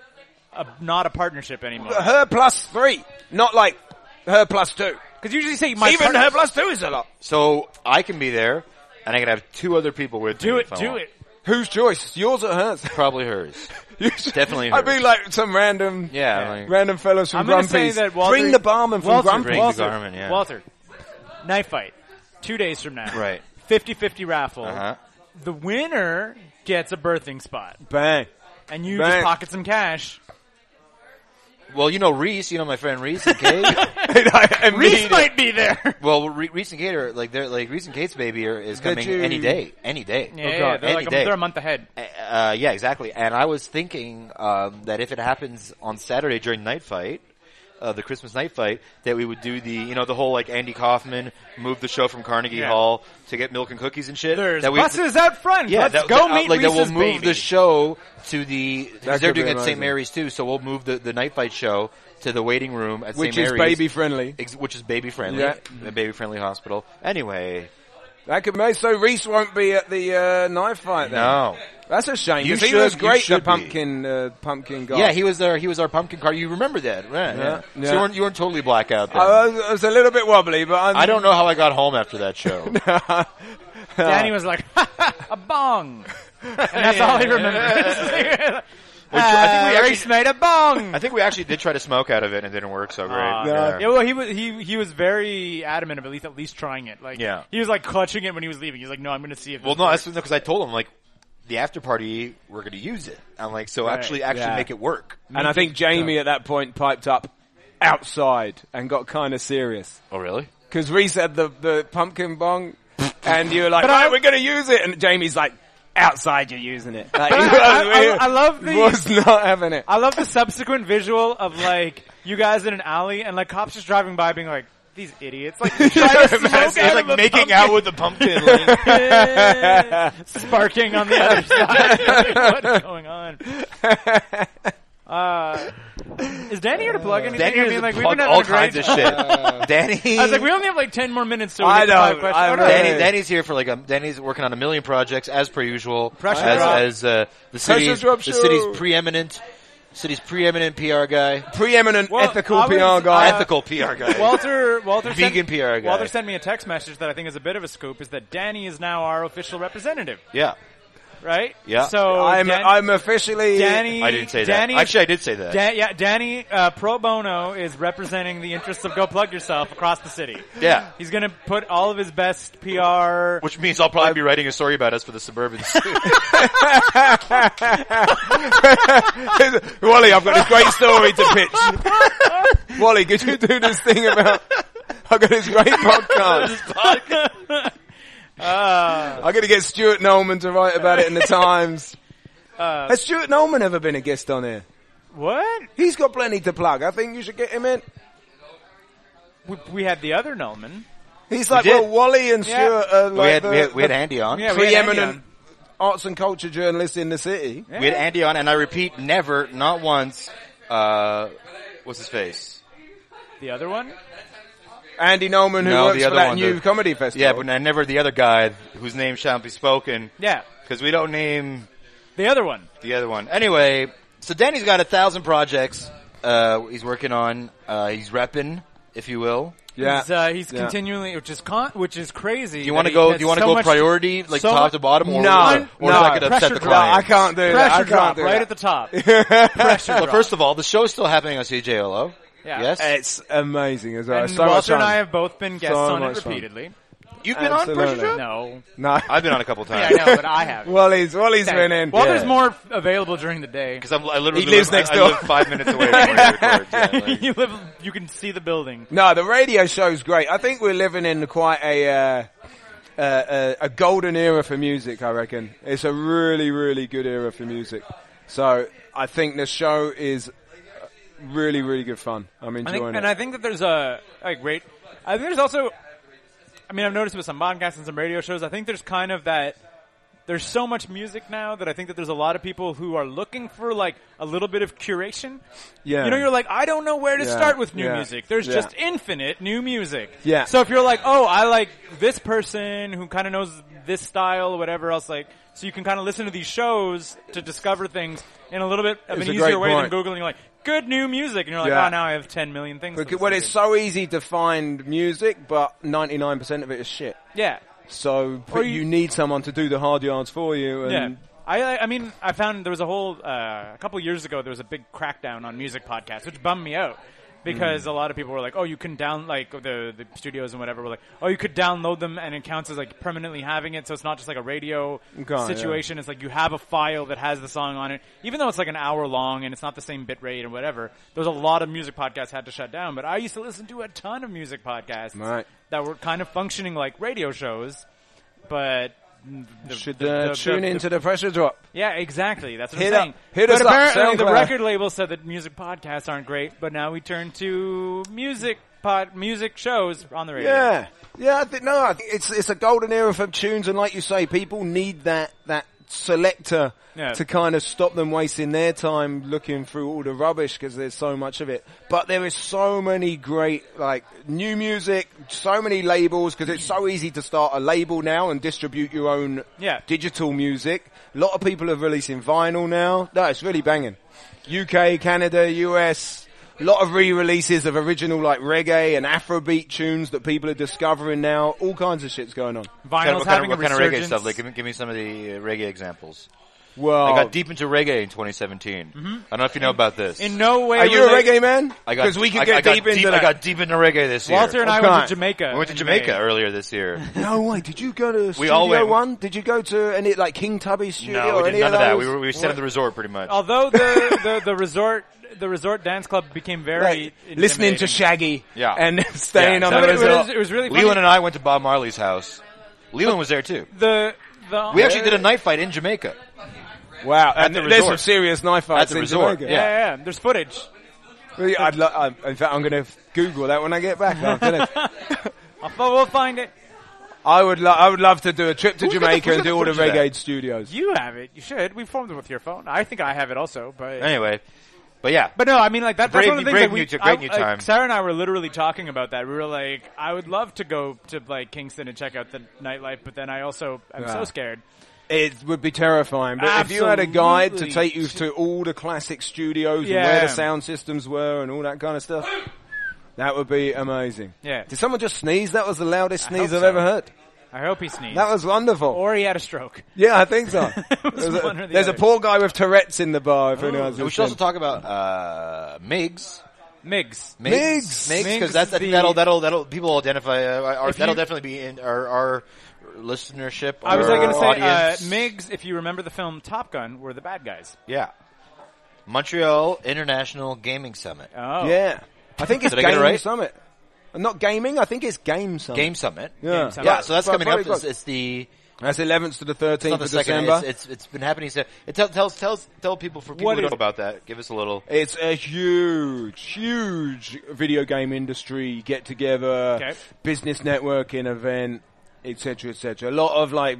a, not a partnership anymore. Her plus three, not like her plus two. Because usually you say my Even partner- her plus two is a lot. So I can be there, and I can have two other people with Do me. it, if I do want. it. Whose choice? Yours or hers? Probably hers. Definitely I'd be hers. like some random, Yeah. like- random fellows I'm from going to say Grumpy's. that Walter, Bring the barman from Walter, Grumpy's. Bring the Walter, barman, yeah. Walter, knife fight. Two days from now. Right. 50-50 raffle. Uh-huh. The winner gets a birthing spot. Bang. And you Right. just pocket some cash. Well, you know Reese. You know my friend Reese and Kate. Reese might be there. well, Re- Reese and Kate are like they're like Reese and Kate's baby are, is coming you- any day, any day. Oh, Yeah, yeah, they're, any like a, day. they're a month ahead. Uh, yeah, exactly. And I was thinking um, that if it happens on Saturday during night fight, uh, the Christmas night fight, that we would do the you know the whole like Andy Kaufman move the show from Carnegie Yeah. Hall to get milk and cookies and shit. There's that we, buses out front. yeah, Let's that, go that- uh, meet like that. We'll Reese's move baby. the show to the because That they're could be doing it at St. amazing. Mary's too, so we'll move the, the night fight show to the waiting room at Which St. is Mary's, baby friendly. ex- which is baby friendly, Yeah. a baby friendly hospital. Anyway, That could make so Reese won't be at the uh, knife fight then. no. That's a shame. You 'cause he should- was you great, the should be. pumpkin, uh, pumpkin guy. Yeah, he was our he was our pumpkin card. You remember that, right? Yeah, Yeah. yeah. So you weren't, you weren't totally blackout then. I was, I was a little bit wobbly, but I'm, I don't know how I got home after that show. Uh, Danny was like, a bong. And that's all he remembers. I think we Uh, Reese actually- made a bong. I think we actually did try to smoke out of it and it didn't work so great. Uh, Yeah. yeah. well, he was he he was very adamant of at least at least trying it. Like, Yeah. he was like clutching it when he was leaving. He's like, "No, I'm going to see if." Well, this no, works." that's because I told him like the after party we're going to use it. I'm like, so actually, actually yeah. make it work. And I think Jamie at that point piped up outside and got kind of serious. Oh, really? Because Reese had the, the pumpkin bong, and you were like, right, we're going to use it. And Jamie's like, outside you're using it. Like, But I- I- I- I love the- was not having it. I love the subsequent visual of like you guys in an alley and like cops just driving by, being like, "These idiots!" Like, trying to smoke It's out like of a making out with the pumpkin. like- pumpkin, sparking on the other side. Like, What's going on? Uh, is Danny here to plug anything? Uh, Danny I does mean, like, we've plug been having all a great- kinds of shit. Danny, I was like, we only have like ten more minutes, so we I get to five know, questions. I Oh, no, really- Danny, Danny's here for like a, Danny's working on a million projects as per usual. Pressure as, drop. as uh, the Pressure city's drop the show. city's preeminent city's preeminent PR guy, Preeminent Well, ethical I was- PR guy. Uh, ethical PR guy. Walter, Walter, Vegan sent, PR guy. Walter sent me a text message that I think is a bit of a scoop. Is that Danny is now our official representative, yeah, right? Yeah. So I'm, Dan- I'm officially... Danny. I didn't say Danny, that. Actually, I did say that. Da- yeah, Danny uh, pro bono is representing the interests of Go Plug Yourself across the city. yeah. He's gonna put all of his best PR. Which means I'll probably be writing a story about us for the Suburbans. Wally, I've got this great story to pitch. Wally, could you do this thing about... I've got this great podcast. I'm going to get Stuart Nolman to write about it in the Times. Ah. Has Stuart Nolman ever been a guest on here? What? He's got plenty to plug. I think you should get him in. We, we had the other Nolman. He's like, did. well, Wally and Yeah. Stuart are like we, had, the, we, had, we had the Andy on. Yeah, we had Andy preeminent arts and culture journalists in the city. We had Andy on, and I repeat, never, not once, uh, what's his face? The other one. Andy Nolman, who No, works the for other that one, new the- comedy festival. Yeah, but I never the other guy whose name shan't be spoken. Yeah, Because we don't name the other one. the other one. Anyway, so Danny's got a thousand projects, uh, he's working on, uh, he's repping, if you will. yeah. He's, uh, he's Yeah. continually, which is con- which is crazy. Do you want to go, do you want to go priority, like so top much- to bottom, or, No, or, or no, is that going to pressure upset the drop. No, client? I can't do that. I Pressure can't drop do right that. at the top. pressure Well, drop. first of all, the show's still happening on CJLO. Yeah. Yes? It's amazing as well. and so much uh, Walter and fun. I have both been guests So on it much fun. repeatedly. You've been on Pressure Shop? Absolutely. No. No. I've been on a couple times. Yeah, I know, but I have. Well, Wally's, Wally's been in. well Yeah. there's more f- available during the day. Because I'm, I literally He lives live, next I, door. I live five minutes away from where we record. Yeah, like- you live, you can see the building. No, the radio show's great. I think we're living in quite a, uh, uh, uh, a golden era for music, I reckon. It's a really, really good era for music. So I think the show is really, really good fun. I'm I think, enjoying and it. I think that there's a, a great. I think there's also. I mean, I've noticed with some podcasts and some radio shows. I think there's kind of that. There's so much music now that I think that there's a lot of people who are looking for like a little bit of curation. Yeah. You know, you're like, I don't know where to Yeah. start with new Yeah. music. There's Yeah. just infinite new music. Yeah. So if you're like, oh, I like this person who kind of knows this style or whatever else, like, so you can kind of listen to these shows to discover things in a little bit of It's an a great easier way point. than Googling like good new music, and you're like, Yeah. oh, now I have 10 million things. to Because- listen well, to." it's so easy to find music, but 99% of it is shit. yeah, So but you, you- need someone to do the hard yards for you. And yeah. I, I- I mean, I found there was a whole uh, a couple years ago there was a big crackdown on music podcasts, which bummed me out because Mm. a lot of people were like, "Oh, you can down like the the studios and whatever were like, oh, you could download them and it counts as like permanently having it, so it's not just like a radio Okay, yeah. situation. It's like you have a file that has the song on it, even though it's like an hour long and it's not the same bit rate and whatever. There's a lot of music podcasts had to shut down, but I used to listen to a ton of music podcasts Right. that were kind of functioning like radio shows, but. the- Should the- uh, the- tune the- into the pressure drop. yeah, exactly. That's what Hit I'm saying. up- hit but us up, apparently, the SoundCloud. record label said that music podcasts aren't great. But now we turn to music pod music shows on the radio. Yeah, yeah. I think no, I think it's it's a golden era for tunes, and like you say, people need that that selector Yeah. to kind of stop them wasting their time looking through all the rubbish because there's so much of it. But there is so many great like new music, so many labels because it's so easy to start a label now and distribute your own Yeah. digital music. A lot of people are releasing vinyl now. No, it's really banging. UK, Canada, US. A lot of re-releases of original like reggae and Afrobeat tunes that people are discovering now. All kinds of shit's going on. Kind Vinyl's of- what kind of, having what a kind of reggae resurgence. stuff? Like, give me, give me some of the uh, reggae examples. Well, I got deep into reggae in 2017. I don't know if you know about this. In no way are you a relate- reggae man? I got Because we can I, get I got deep into I that. got deep into reggae this year. Walter and I Okay. went to Jamaica. I went to in Jamaica May. earlier this year. No way. Did you go to Studio all went. One? Did you go to any like King Tubby Studio no, or we any did none of of that. those? We were, we stayed at the resort pretty much. Although the, the the resort the resort dance club became very Like, listening to intimidating. Shaggy Yeah. and staying Yeah, on No, the but it, exactly. resort. was, it was really funny. Leland and I went to Bob Marley's house. Leland was there too. the the We actually did a knife fight in Jamaica. Wow, and the there's some resort. serious knife fights At the in resort, Jamaica. yeah, yeah, yeah. There's footage Well, yeah, I'd lo- I'm, in fact, I'm going to Google that when I get back. I'm finished. I'll, fo- we'll find it I would, lo- I would love to do a trip to Who's got the- Jamaica who's and got the do all the footage of that? reggae studios. you have it you should we formed it with your phone I think I have it also but Anyway, but yeah, But no, I mean, like that, Brave that's one of new- the things brave that we, new t- great I- new like, time. Sarah and I were literally talking about that. We were like, I would love to go to like Kingston and check out the nightlife, but then I also am Yeah. so scared. It would be terrifying. But if you had a guide to Absolutely. take you to all the classic studios and Yeah. where the sound systems were and all that kind of stuff, that would be amazing. Yeah. Did someone just sneeze? That was the loudest sneeze hope I've so. ever heard. I hope he sneezed, That was wonderful. or he had a stroke. yeah, I think so. was there's one a, or the there's a other. Oh. poor guy with Tourette's in the bar. If anyone's we should also talk about uh, Migs. Migs. Migs. Migs, Migs because that's I think the- that'll that'll that'll people will identify. Uh, our, If that'll you- definitely be in our, our listenership. I was our like going to say uh, audience. Migs. If you remember the film Top Gun, were the bad guys. Yeah. Montreal International Gaming Summit. Oh, Yeah. I think it's Did I get it Game right? Summit. Uh, Not gaming, I think it's Game Um, Summit. Game Summit. Yeah. Summit. Yeah, so that's But coming up. very It's, close. it's the That's 11th to the it's 13th not the of second. December. It's, it's it's been happening. So it tell, tells tells tell people for people What who is don't know about that. Give us a little. It's a huge, huge video game industry get together, Okay. business networking event, etc., etc. A lot of like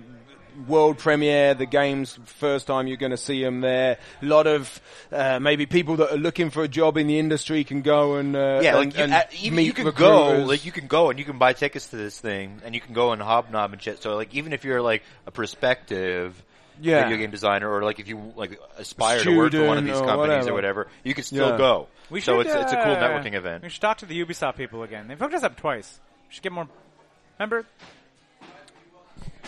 world premiere, the games first time you're going to see them there. A lot of uh, maybe people that are looking for a job in the industry can go and uh, Yeah, and, like you, and at- even meet you can go, recruiters. like you can go and you can buy tickets to this thing, and you can go and hobnob and shit. So like, even if you're like a prospective Yeah. video game designer, or like if you like aspire to work for one of Student these or companies whatever. or whatever, you can still Yeah. go. We so should, it's it's a cool uh, networking event. We should talk to the Ubisoft people again. They've hooked us up twice. We should get more. Remember?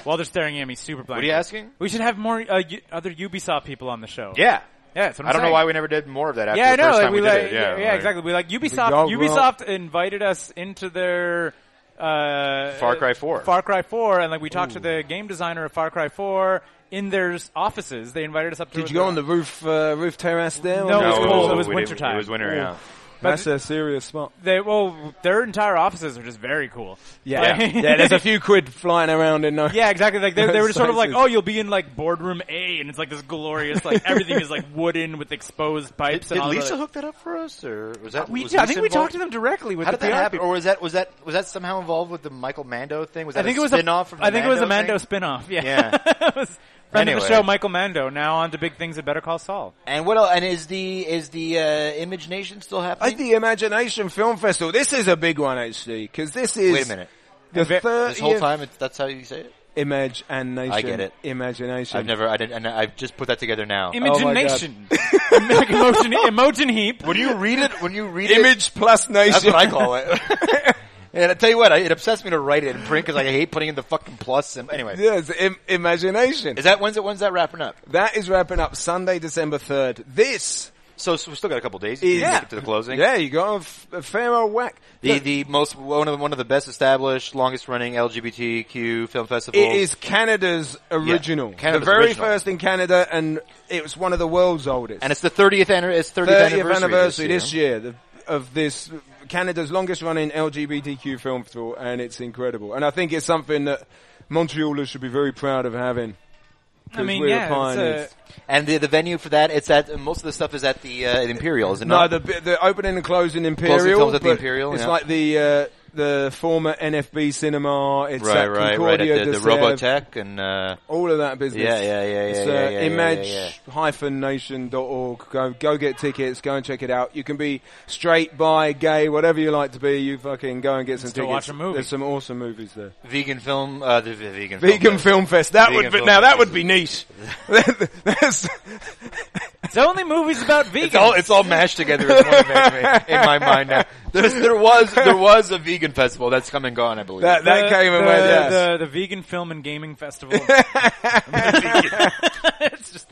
While they're staring at me, super blind. What are you asking? We should have more uh, U- other Ubisoft people on the show. Yeah, yeah. That's what I'm I don't know saying. why we never did more of that. After yeah, I the know. first Like, time we we, did like, it. yeah, like- exactly. We like Ubisoft. y'all grow Ubisoft invited us into their uh, Far Cry 4. Far Cry 4, and like we talked to the game designer of Far Cry 4 in their s- offices. They invited us up. to Did you go on the roof uh, roof terrace there? No, On it was the- cold. Oh, It was we winter didn't- time. It was winter, yeah. That's a serious spot. They well, their entire offices are just very cool. Yeah, Like- yeah. There's a few quid flying around in there. Yeah, exactly. Like they, they were just sort of like, Sizes. "Oh, you'll be in like boardroom A," and it's like this glorious, like everything is like wooden with exposed pipes. Did, did and all Lisa that. hook that up for us, or was that? We, was I think Lisa we talked involved? to them directly with How the did that PR happen, or was that was that was that somehow involved with the Michael Mando thing? Was that I think it a was spin a off. From the I think it was a Mando Mando thing? spin-off. Yeah, Yeah. It was friend of Anyway. the show, Michael Mando. Now on to big things at Better Call Saul. And what else? And is the is the uh, Image Nation still happening? At the Imagination Film Festival, this is a big one actually because this is Wait a minute. The This thirtieth This whole time, it's, that's how you say it. image and nation. I get it. Imagination. I've never. I didn't. And I've just put that together now. Imagination, Like emotion, emotion heap. Oh, when you read it, when you read it, image plus nation. that's what I call it. and I tell you what, I, it obsessed me to write it in print because I hate putting in the fucking plus. And anyway, Yes, Im- imagination. is that when's it? When's that wrapping up? That is wrapping up Sunday, December third. This So, so we still got a couple days. is to the closing. Yeah, you got a, f- a fair old whack. The the most one of the, one of the best established, longest running LGBTQ film festival. It is Canada's original. Canada's the very original. first in Canada, and it was one of the world's oldest. and it's the thirtieth it's 30th, 30th anniversary, this year, the, of this Canada's longest running LGBTQ film festival, and it's incredible. And I think it's something that Montrealers should be very proud of having. I 'cause mean, we're yeah, it's, pioneers. uh, And the the venue for that, it's at most of the stuff is at the uh, Imperial, is it No, not? the bi- the opening and closing Imperial. films at the but Imperial, It's yeah. like the uh, the former NFB cinema. It's right, at right, right. Concordia At the, the de Sèvres, Robotech and uh, All of that business. Yeah, yeah, yeah, yeah, It's, yeah, yeah, uh, yeah, yeah, yeah. image-nation.org. Go, go get tickets. Go and check it out. You can be straight, bi, gay, whatever you like to be. You fucking go and get some Still watch tickets. a movie. There's some awesome movies there. vegan film, uh, the, the vegan Vegan film. Film Fest. That Vegan would be, Film now that Fest. would be niche. That's- it's only movies about vegans. It's all it's all mashed together as one thing in my mind now. There's, there was there was a vegan festival that's come and gone, I believe. that, that came and the, went. Yes. the, the vegan film and gaming festival. it's just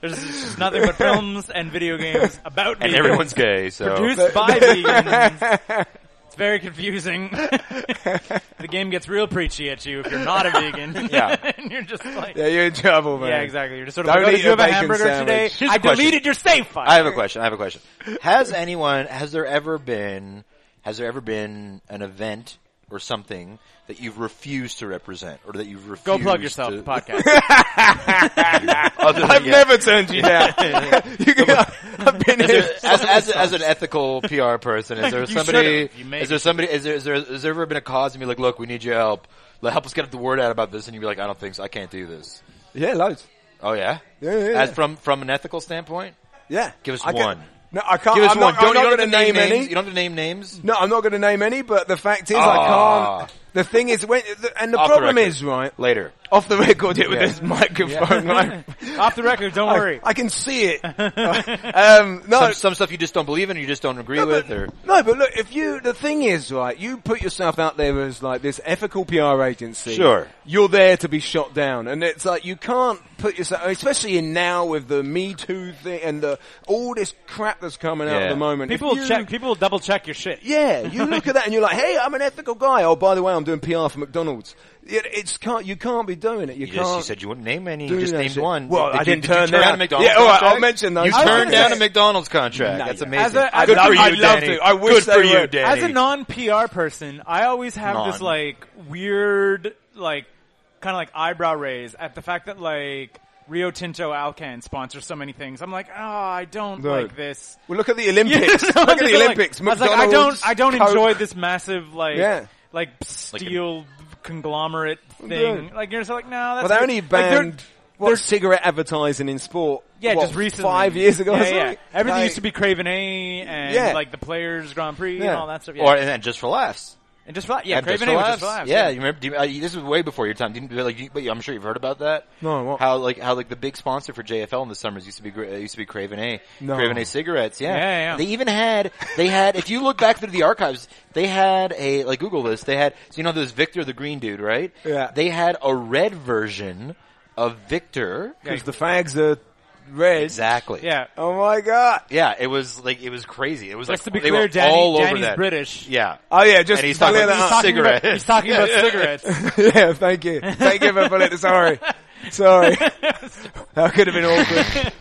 there's just nothing but films and video games about and vegans, everyone's gay, so produced by vegans. It's very confusing. the game gets real preachy at you if you're not a vegan. Yeah. and you're just like. yeah, you're in trouble, man. Yeah, exactly. You're just sort of Don't like, oh, eat did you a have a bacon hamburger sandwich. today? Here's I the question. deleted your save file. I have a question. I have a question. Has anyone, has there ever been, has there ever been an event or something that you've refused to represent or that you've refused Go plug yourself, to, podcast. other than- I've yeah. never turned you down. you can, I've been Is here. there- as, as, as an ethical PR person, is there You somebody, should've. You may- is there somebody, is there, is there, has there ever been a cause and be like, look, we need your help. Like, help us get the word out about this. And you'd be like, I don't think so. I can't do this. Yeah, loads. Oh yeah? Yeah, yeah, yeah. As from, from an ethical standpoint? Yeah. Give us I can- one. No, I can't. Give us I'm one. not, don't, I'm not you don't going have to name, names. any. You don't have to name names. No, I'm not going to name any, but the fact is Ah. I can't. The thing is, when, the, and the Off the problem record. is, right, Later. off the record here with Yeah. this microphone, right? Off the record, don't I, worry. I can see it. um, no, Some, some stuff you just don't believe in or you just don't agree no, with but, or. no, but look, if you, the thing is, right, you put yourself out there as like this ethical PR agency. Sure. You're there to be shot down. And it's like, you can't put yourself, especially in now with the Me Too thing and the, all this crap that's coming out Yeah. at the moment. People If will you- check. People will double check your shit. Yeah, you look at that and you're like, "Hey, I'm an ethical guy." Oh, by the way, I'm doing PR for McDonald's. It, it's can't you can't be doing it. You, You, can't. just, you said you wouldn't name any. do You just that named shit. one. Well, Did I you- didn't did you turn turn down down- a McDonald's Yeah, all right, I'll contract? mention those. You I was turned gonna down a say- McDonald's contract. No, That's yeah. amazing. As a- as Good a- for you, I'd love Danny. to. I Good wish they for you, would. Danny. As a non PR person, I always have this Non. like weird, like kind of like eyebrow raise at the fact that like Rio Tinto Alcan sponsors so many things. I'm like, oh, I don't No. like this. Well, look at the Olympics. I'm look at just the like- Olympics. I was like, I McDonald's, don't, I don't Coke. enjoy this massive like, Yeah. like steel conglomerate thing. Dude. Like you're just like, no, that's Well, they weird." only Like, they're- banned what, they're- cigarette advertising in sport. yeah, what, just recently, five years ago. Yeah, or yeah. something? Everything Like, used to be Craven A and Yeah. like the Players Grand Prix and Yeah. all that stuff. Yeah. Or and then just for laughs. and just fly, yeah, And Craven just A for was just laughs. for laughs, Yeah, you remember? Do you, uh, this was way before your time. Didn't like, you, but I'm sure you've heard about that. No, what? How like how like the big sponsor for JFL in the summers used to be Gra- uh, used to be Craven A. No. Craven A cigarettes. Yeah. Yeah, yeah. They even had they had if you look back through the archives, they had a like Google this. They had so you know there's Victor the green dude, right? Yeah. They had a red version of Victor. because the fags are red. Exactly. Yeah. Oh my god. Yeah, it was like it was crazy. It was Just like to be they clear, were Danny, all over Danny's that. British. Yeah. Oh yeah, just And he's talking clear about that up. Talking about- Cigarettes. He's talking about cigarettes. yeah, thank you. Thank you for pulling it. Sorry. Sorry. that could have been awkward.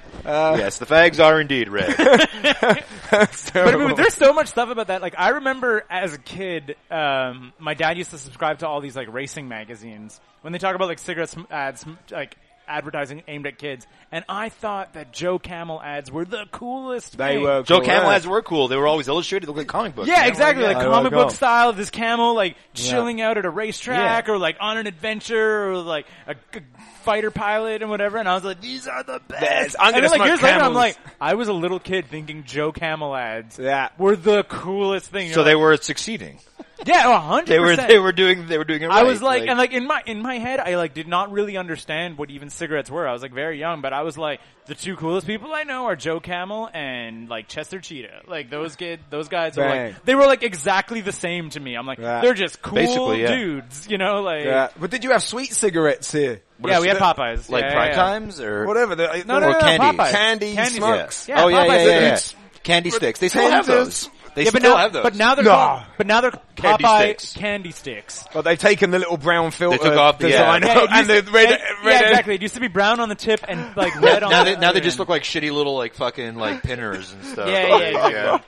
yes, the fags are indeed red. That's But I terrible. mean, there's so much stuff about that. Like I remember as a kid, um, my dad used to subscribe to all these like racing magazines when they talk about like cigarette sm- ads, sm- like advertising aimed at kids. And I thought that Joe Camel ads were the coolest. they thing. were Joe cool, Camel yeah. ads were cool. They were always illustrated. They looked like comic books. Yeah, exactly. Like yeah. comic Oh, my book God. style of this camel, like chilling out at a racetrack or like on an adventure or like a g- fighter pilot and whatever. And I was like, these are the best. I'm and gonna then like smoke years later, I'm camels. like, I was a little kid thinking Joe Camel ads Yeah. were the coolest thing. So You're they like, were succeeding. yeah, a hundred. They were percent. they were doing they were doing it. I right. was like, and like in my in my head, I like did not really understand what even cigarettes were. I was like very young, but I was like, the two coolest people I know are Joe Camel and like Chester Cheetah. Like those kid, those guys were Bang. like, they were like exactly the same to me. I'm like, Yeah. they're just cool Basically, yeah. dudes, you know? Like, yeah, Yeah. But did you have sweet cigarettes here? we had Popeyes, like yeah, prime yeah, yeah. times or Whatever. The, No, the- no, no, Or no, candies. Popeyes. Candy, Candies, smokes. Yeah, oh yeah, Popeyes yeah, are- yeah, yeah. it's- Candy sticks. They still have Potatoes. those. They Yeah, but still now, have those. but now they're Nah. called, but now they're Candy Popeye sticks. candy sticks. But they've taken the little brown filter took off the- yeah. design No, Yeah, it and the used to- red, yeah, red, yeah, exactly. It used to be brown on the tip and like red on now the they, now they other just end. look like shitty little like fucking like pinners and stuff. Yeah, yeah, yeah.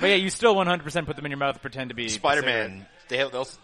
But yeah, you still 100% put them in your mouth, pretend to be Spider Man. They have they'll s-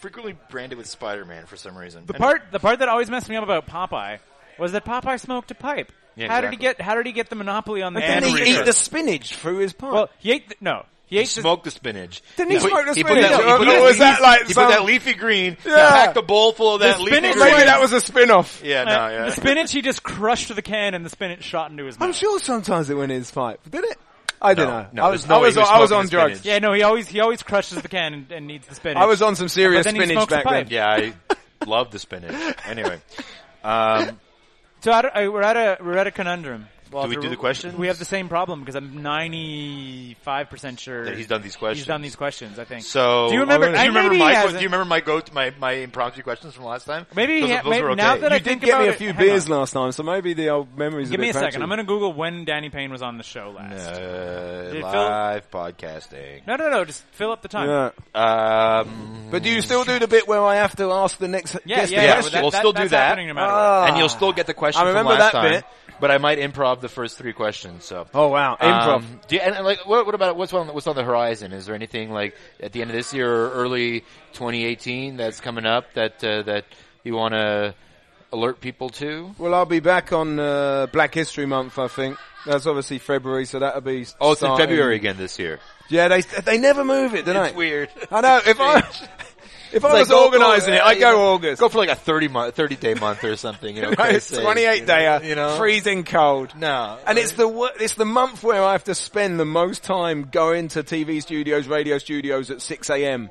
frequently branded with Spider Man for some reason. The part, the part that always messed me up about Popeye was that Popeye smoked a pipe. Yeah, how did he exactly. get? How did he get the monopoly on the? Didn't And he Reese's. eat the spinach through his pipe? well, he ate. The, no, he ate. He the- smoked the spinach. Didn't he put- smoke the he put spinach? that- he Or put that was that leaf- like he some- put that leafy green, Yeah. packed a bowl full of that leafy spinach green. was- Maybe that was a spin-off. yeah, uh, no, yeah. The spinach, he just crushed the can, and the spinach shot into his mouth. I'm sure sometimes it went in his pipe. Did it? I don't No, know. no, I there's was, no I way was, he was I was smoking on the drugs. spinach. Yeah, no, he always he always crushes the can and, and needs the spinach. I was on some serious But then he spinach smokes a back pipe. then. Yeah, I love the spinach. Anyway, um, So I, don't- I- we're at a we're at a conundrum. Walter. do the questions? We have the same problem because I'm 95 percent sure That he's done these questions. He's done these questions. I think. so oh, do you remember? do you I- remember maybe he my que- hasn't. do you remember my go my my impromptu questions from last time? Maybe he those, ha- those maybe- were okay. now that I You did think get me about a it- few hang beers on. last time, so maybe the old memories. Give a me a bit second. I'm going patchy. to Google when Danny Payne was on the show last. uh, Phil- live podcasting. No, no, no. Just fill up the time. Yeah. Um, But do you still do the bit where I have to ask the next Yeah, guest yeah, the yeah, question? that- We'll still do that's that. happening no matter Ah. what. and you'll still get the question. I from remember last that time, bit. but I might improv the first three questions. So. Oh wow, improv. Um, do you, and, and, like, what, what about what's on what's on the horizon? Is there anything like at the end of this year or early 2018 that's coming up that uh, that you want to alert people to? well, I'll be back on uh, Black History Month. I think that's obviously February, so that'll be. Oh, it's in starting- February again this year. Yeah, they they never move it, do they? It's weird. I know. If I if I was organising it, I'd go August. Go for like a 30 month, 30 day month or something. You know, No, for it's sake, 28 you day, know, uh, You know, freezing cold. No, And it's the wor- it's the month where I have to spend the most time going to TV studios, radio studios at 6 a.m.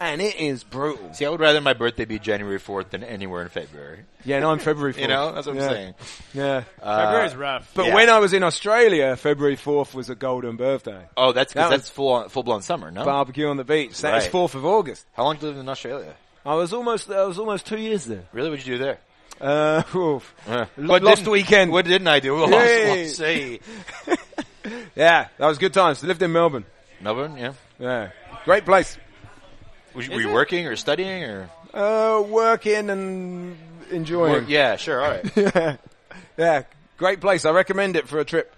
And it is brutal. See, I would rather my birthday be January 4th than anywhere in February. Yeah, no, I'm February 4th. You know, that's what yeah. I'm saying. Uh, Yeah. February's rough. but yeah. when I was in Australia, February 4th was a golden birthday. Oh, that's 'cause That was- that's full on, full blown summer. No, Barbecue on the beach. That was Right. 4th of August. how long did you live in Australia? I was almost, I was almost two years there. Really, what'd you do there? Uh, oof. Uh, lost didn't- weekend. What didn't I do? Lost, Yay. lost, say. Yeah, that was good times. Lived in Melbourne. Melbourne, yeah. Yeah. Great place. Were you, were you working or studying or? Uh, working and enjoying. Work- yeah, sure. All right. Yeah, great place. I recommend it for a trip.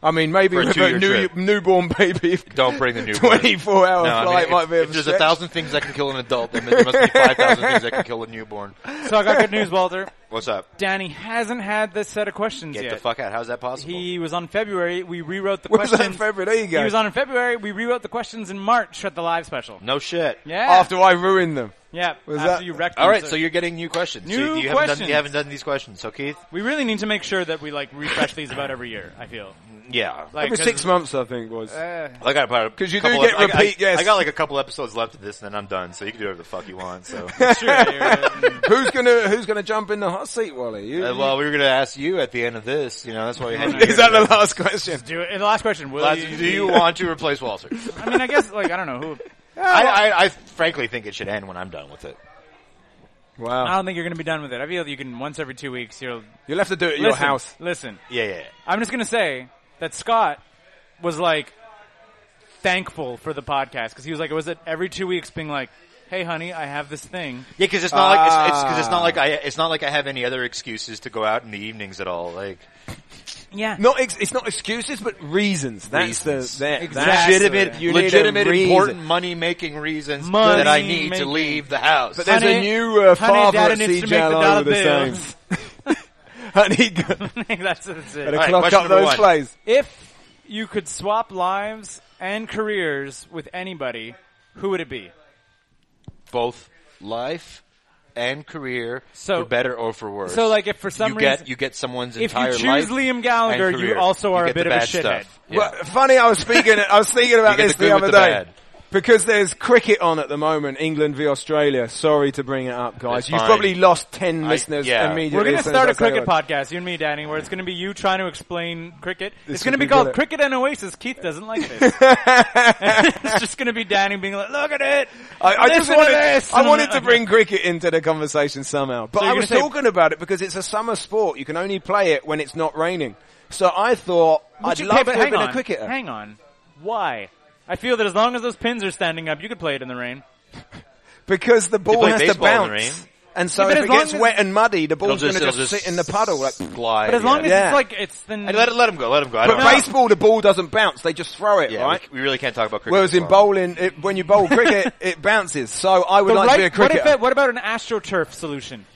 I mean, maybe For a with two-year a new, trip. newborn baby, Don't bring the new. twenty-four hour flight if, might be. a if there's a stretch. thousand things that can kill an adult, then there must be five thousand things that can kill a newborn. So I got good news, Walter. What's up? Danny hasn't had this set of questions Get yet. the fuck out! How's that possible? He was on February. We rewrote the What was that questions. in February? There you go. He was on in February. We rewrote the questions in March at the live special. no shit. Yeah. After I ruined them, yeah. Was after that- you wrecked. All them, right, so you're getting new questions. So New you Haven't done, questions. you haven't done these questions, so Keith. we really need to make sure that we like refresh these about every year. I feel Yeah, like every 'cause- six months I think was. I got about because you do get repeat I, guests. I got like a couple episodes left of this, and then I'm done. So you can do whatever the fuck you want. So Sure, uh, who's gonna Who's gonna jump in the hot seat, Wally? You, Uh, well, we were going to ask you at the end of this. You know, that's why we had you. is that here. the last question? do it. And the last question. Will Lads, you, do you want to replace Walter? I mean, I guess like I don't know who. I, I, I frankly think it should end when I'm done with it. I Wow. don't think you're going to be done with it. I feel you can once every two weeks. You'll You'll have to do it at your listen, house. Listen, Yeah, yeah. I'm just going to say that Scott was like thankful for the podcast because he was like, it was it every two weeks being like, hey, honey, I have this thing. Yeah, because it's not like it's, it's, cause it's Ah. not like I it's not like I have any other excuses to go out in the evenings at all. Like Yeah. Not ex- it's not excuses, but reasons. That's Reasons. the that, Exactly. legitimate, You need a legitimate, reason. important money making reasons Money that I need to making. leave the house. But there's a Honey, new uh, honey, father Dad at needs to make the CJLO dollar with the bill. same. honey, go- that's, that's it. better right, clock question up number those one. plays. If you could swap lives and careers with anybody, who would it be? both life and career, So- for better or for worse. So, like, if for some you reason, get you get someone's if you entire choose life Liam Gallagher, and you career. also are You a get bit of the a bad shithead. stuff. Yeah. Well, funny, I was speaking. I was thinking about You get this the the good with other the day bad. because there's cricket on at the moment. England v Australia. Sorry to bring it up, guys. That's You've fine. probably lost ten listeners yeah. immediately. We're going to as soon start a as I say cricket that. podcast, you and me, Danny, where it's going to be you trying to explain cricket. it's going would to be be called good. Cricket and Oasis. Keith doesn't like this. it's just going to be Danny being like, look at it. I, I just Listen to wanted, this. I wanted to bring cricket into the conversation somehow. But So I you're was gonna say- talking about it because it's a summer sport. You can only play it when it's not raining. So I thought Would I'd you- love okay, but to have hang been on, a cricketer. Hang on. Why? I feel that as long as those pins are standing up, you could play it in the rain. Because the ball play has to baseball in the rain. bounce. And Yeah, so but if as it long gets as- wet and muddy, the ball's It'll going just- to just, it'll sit in the puddle. Like, glide. But as long yeah. as Yeah. it's like, it's then. Hey, let, let him go, let him go. I but don't know. baseball, the ball doesn't bounce. They just throw it, yeah, right? we, we really can't talk about cricket. Whereas as in well. bowling, it, when you bowl cricket, it bounces. So I would But like right- to be a what, if cricketer. it- what about an AstroTurf solution?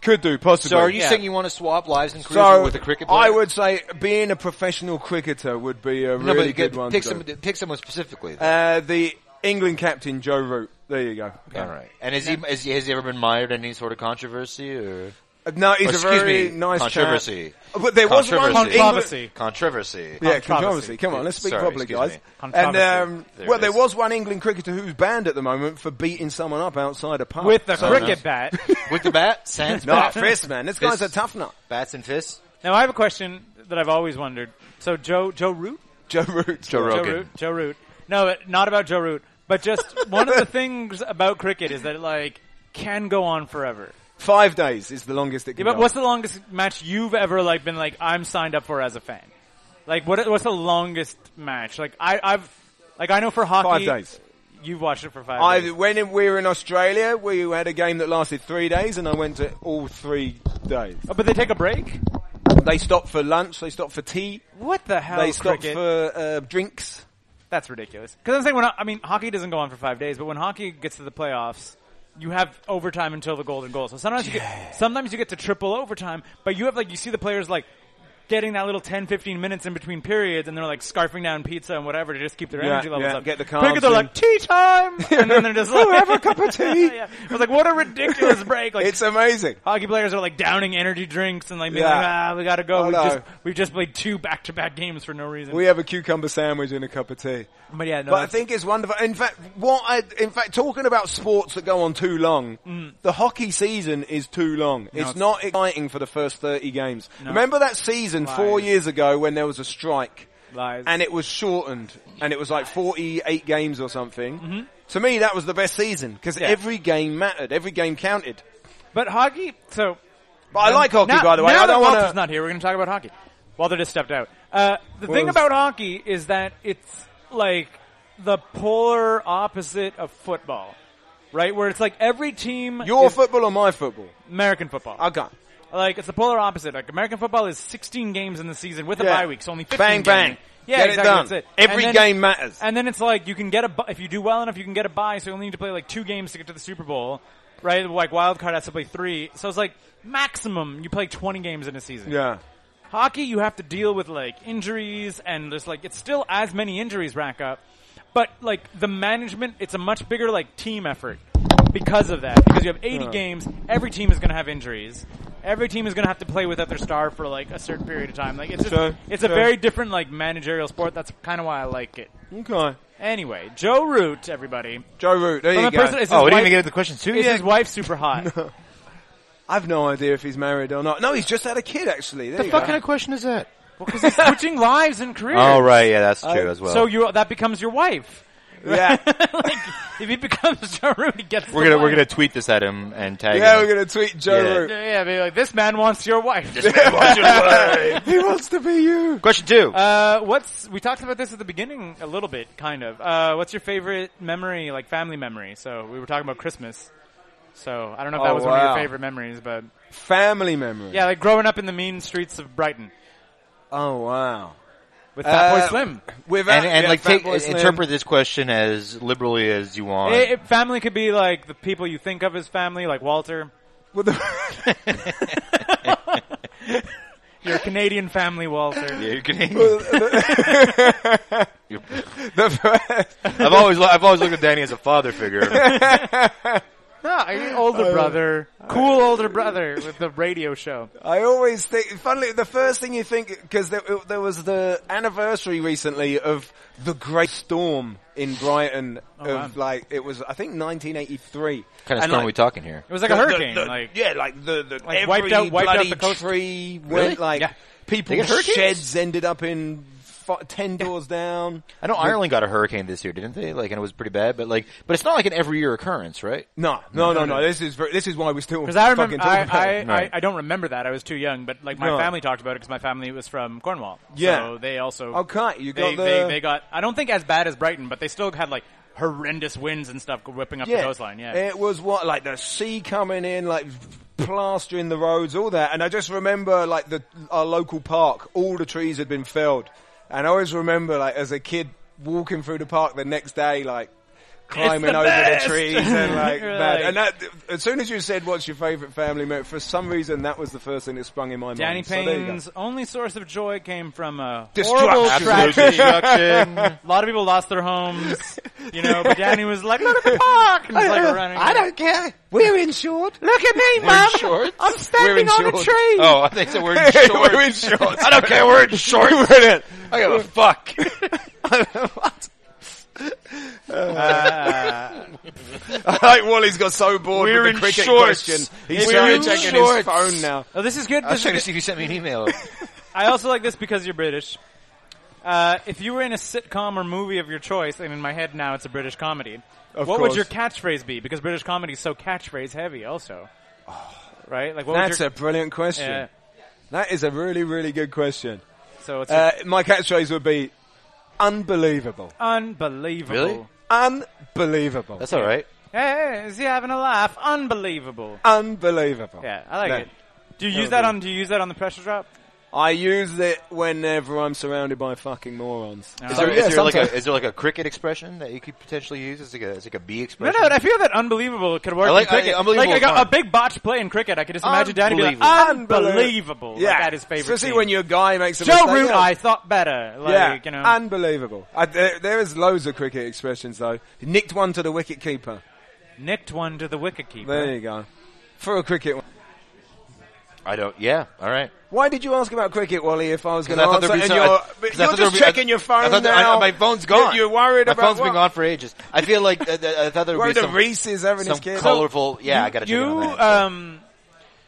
Could do, possibly. So are you Yeah. saying you want to swap lives and careers So with a cricket player? I would say being a professional cricketer would be a no, really but you good get, one. pick, to some, do. pick someone specifically. Uh, the England captain Joe Root. There you go. All right. And is he, is he, has he ever been mired in any sort of controversy or? Uh, No, he's Or a excuse very me, nice chap. controversy. But there was one Controversy. England, Controversy. Controversy. yeah, Controversy. controversy. Come on, let's speak Sorry, properly, excuse guys. me. And um, There well, it there is. was one England cricketer who's banned at the moment for beating someone up outside a pub With a So- cricket bat. With the bat, sans No, bat. fist man. This guy's a tough nut. Bats and fists. now I have a question that I've always wondered. So Joe, Joe Root? Joe Root. Joe Joe Rogan. Root. Joe Root. No, it- not about Joe Root. But just one of the things about cricket is that it, like can go on forever. Five days is the longest it Yeah, can but go. what's the longest match you've ever like been like I'm signed up for as a fan? Like what? What's the longest match? Like I, I've like I know for hockey. Five days. You've watched it for five. I, days. when we were in Australia, we had a game that lasted three days, and I went to all three days. Oh, but they take a break. They stopped for lunch. They stopped for tea. What the hell? they stopped cricket? for uh, drinks. That's ridiculous. Because I'm saying when I, I mean hockey doesn't go on for five days, but when hockey gets to the playoffs, you have overtime until the golden goal. So sometimes you get, sometimes you get to triple overtime, but you have like you see the players like getting that little 10, 15 minutes in between periods, and they're like scarfing down pizza and whatever to just keep their Yeah, energy levels yeah, up. get the Cricket, carbs they're in. like tea time, and then they're just like Have a cup of tea. yeah. I was like, what a ridiculous break! Like It's amazing. hockey players are like downing energy drinks and like being Yeah. like, ah, we gotta go. Oh, we no. just we've just played two back to back games for no reason. We have a cucumber sandwich and a cup of tea. but yeah, no, But I that's- think it's wonderful. In fact, what I, in fact, talking about sports that go on too long, the hockey season is too long. Mm. it's, it's- not exciting for the first 30 games. Remember that season four Lies. years ago when there was a strike? Lies. And it was shortened and it was like 48 games or something. To me, that was the best season because Mm-hmm. Yeah. every game mattered. Every game counted. but hockey. So um, But I like hockey, now, by the way. Now I don't that want Walter's to. not here. We're going to talk about hockey. Walter just stepped out. Uh, the thing Well- about hockey is that it's like the polar opposite of football, right? Where it's like every team. your is football or my football? American football. Okay. Like it's the polar opposite. Like American football is 16 games in the season with a Yeah. bye week, so only 15 Bang, games. bang. Yeah, Get it exactly. done. That's it. And Every then- game matters. And then it's like you can get a bu- if you do well enough, you can get a bye. So you only need to play like two games to get to the Super Bowl, right? Like wild card has to play three. So it's like maximum you play 20 games in a season. Yeah. Hockey, you have to deal with like injuries and there's like it's still as many injuries rack up, but like the management, it's a much bigger like team effort because of that. Because you have 80 games, every team is going to have injuries. Every team is going to have to play without their star for like a certain period of time. Like it's just, Sure, it's a sure. very different like managerial sport. That's kind of why I like it. Okay. Anyway, Joe Root, everybody. Joe Root, there From you a go. person- it's his Oh, we didn't wife- even get to the question too Is yet. his wife super hot? I've no idea if he's married or not. No, he's just had a kid actually. There What you fuck go. kind of question is that? Because he's switching lives and careers. Uh, Oh, right. Yeah, that's true as well. So you that becomes your wife. Yeah. like, if he becomes Joe Root, he gets. We're the gonna we're gonna wife. tweet this at him and tag. yeah, him. we're gonna tweet Joe Yeah. Root. Yeah, be like this man wants your wife. He wants to be you. Question two. Uh, what's we talked about this at the beginning a little bit, kind of. Uh, what's your favorite memory, like family memory? So we were talking about Christmas. So I don't know if that Oh, was one of your wow. favorite memories, but Family memory. yeah, like growing up in the mean streets of Brighton Oh wow. with Fat Boy Uh, Slim. Without and and yeah, like Fat take, Boy Slim. interpret this question as liberally as you want. It- it- family could be like the people you think of as family, like Walter. Well, the- Your Canadian family, Walter. Yeah, you can- the first- I've always lo- I've always looked at Danny as a father figure. No, I- Ah, older Uh, brother, cool older brother with the radio show. I always think, funnily, the first thing you think, because there, there was the anniversary recently of the great storm in Brighton of Oh, wow. like, it was, I think 1983. kind of And, storm like, we talking here? It was like a the- the- hurricane, the- like yeah, like the, the Like, every wiped out- wiped out bloody the coast. tree went Really? like Yeah. They get people's hurricanes? sheds ended up in f- ten doors down. I know Ireland got a hurricane this year, didn't they? Like, and it was pretty bad, but like, but it's not like an every year occurrence, right? No, no, no, no. This is ver- this is why we still Because I fucking remember, talk I, about I, it. I, Right. I don't remember that. I was too young, but like my No. family talked about it because my family was from Cornwall. Yeah. So they also. Okay, you They, got the they, they got, I don't think as bad as Brighton, but they still had like horrendous winds and stuff whipping up the coastline. Yeah. It was what, like the sea coming in, like plastering the roads, all that. And I just remember like the, our local park, all the trees had been felled. And I always remember like as a kid walking through the park the next day, like climbing the over best! the trees and like, You're mad. like- and that, as soon as you said what's your favorite family memory, for some reason that was the first thing that sprung in my Danny mind. So there you go. Payne's only source of joy came from a Destruction. horrible Absolute tragedy. destruction. A lot of people lost their homes, you know, but Danny was like, look at the park! And he's like running. care. We're insured. Look at me, We're in mom! shorts. I'm We're standing in on a shorts. tree! Oh, I think so. We're in shorts. We're in shorts. I don't care. We're in shorts. we're in it. I give a fuck. like Wally's got so bored We're with in the cricket shorts. question. He's We're trying in to check in his shorts. phone now. Oh, this is good. I was This trying is to see if you sent me an email. I also like this because you're British. Uh, if you were in a sitcom or movie of your choice, and in my head now it's a British comedy, Of what would course. your catchphrase be? Because British comedy is so catchphrase heavy, also. right? Like what Oh, That's would a brilliant question. your, Yeah. That is a really, really good question. So it's Uh, my catchphrase would be unbelievable. unbelievable. Really? Unbelievable. That's all right. Hey, is he having a laugh? Unbelievable. unbelievable. Yeah, I like No. it. Do you use would that be- on? Do you use that on the pressure drop? I use it whenever I'm surrounded by fucking morons. Is there, Oh, is yeah, there like a sometimes. is there like a cricket expression that you could potentially use as like a as like a B No, expression? no. I feel that unbelievable could work I in like- cricket. I- unbelievable like is like a, fun. a big botch play in cricket, I could just imagine Danny being like, Unbelievable. unbelievable. Yeah, like, at his favorite. Especially team. when your guy makes a Joe mistake. Root, yeah. I thought better. Like, yeah, you know. unbelievable. I, there, there is loads of cricket expressions though. Nicked one to the wicket keeper. nicked one to the wicket keeper. There you go. For a cricket one. I don't. Yeah. All right. Why did you ask about cricket, Wally? If I was going to I thought answer, there'd be and so- I- you're, 'cause I but thought you're just there'd be- I- checking your phone I thought that- I- now. my phone's You're- gone. You're, worried my about phone's been what? gone for ages. I feel like uh, th- I thought there would Worried be of some, Reese's having some his kid. colorful. Yeah, I got to check you, in on that. uh, um,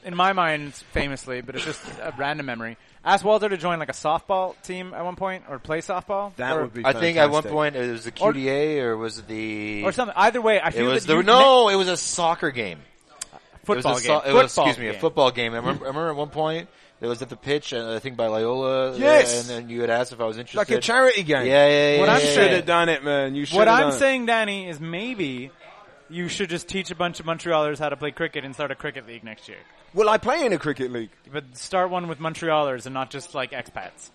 in my mind, famously, but it's just a random memory. Asked Walter to join like a softball team at one point, or play softball, that or, would be. I think at one fantastic. point it was the QDA or was it the or something. Either way, I It feel was that the you no. It was a soccer game. met- football it was a game. so- it was, Football excuse me, game. a football game. I Hmm. remember, I remember at one point it was at the pitch, uh, I think by Loyola. uh, Yes. and then you had asked if I was like interested. a charity Yeah, game. yeah, yeah. What yeah, I'm yeah, Should saying- yeah. have done it, man. You should. What have I'm done it. saying, Danny, is maybe you should just teach a bunch of Montrealers how to play cricket and start a cricket league next year. Well, I play in a cricket league. But start one with Montrealers and not just like expats.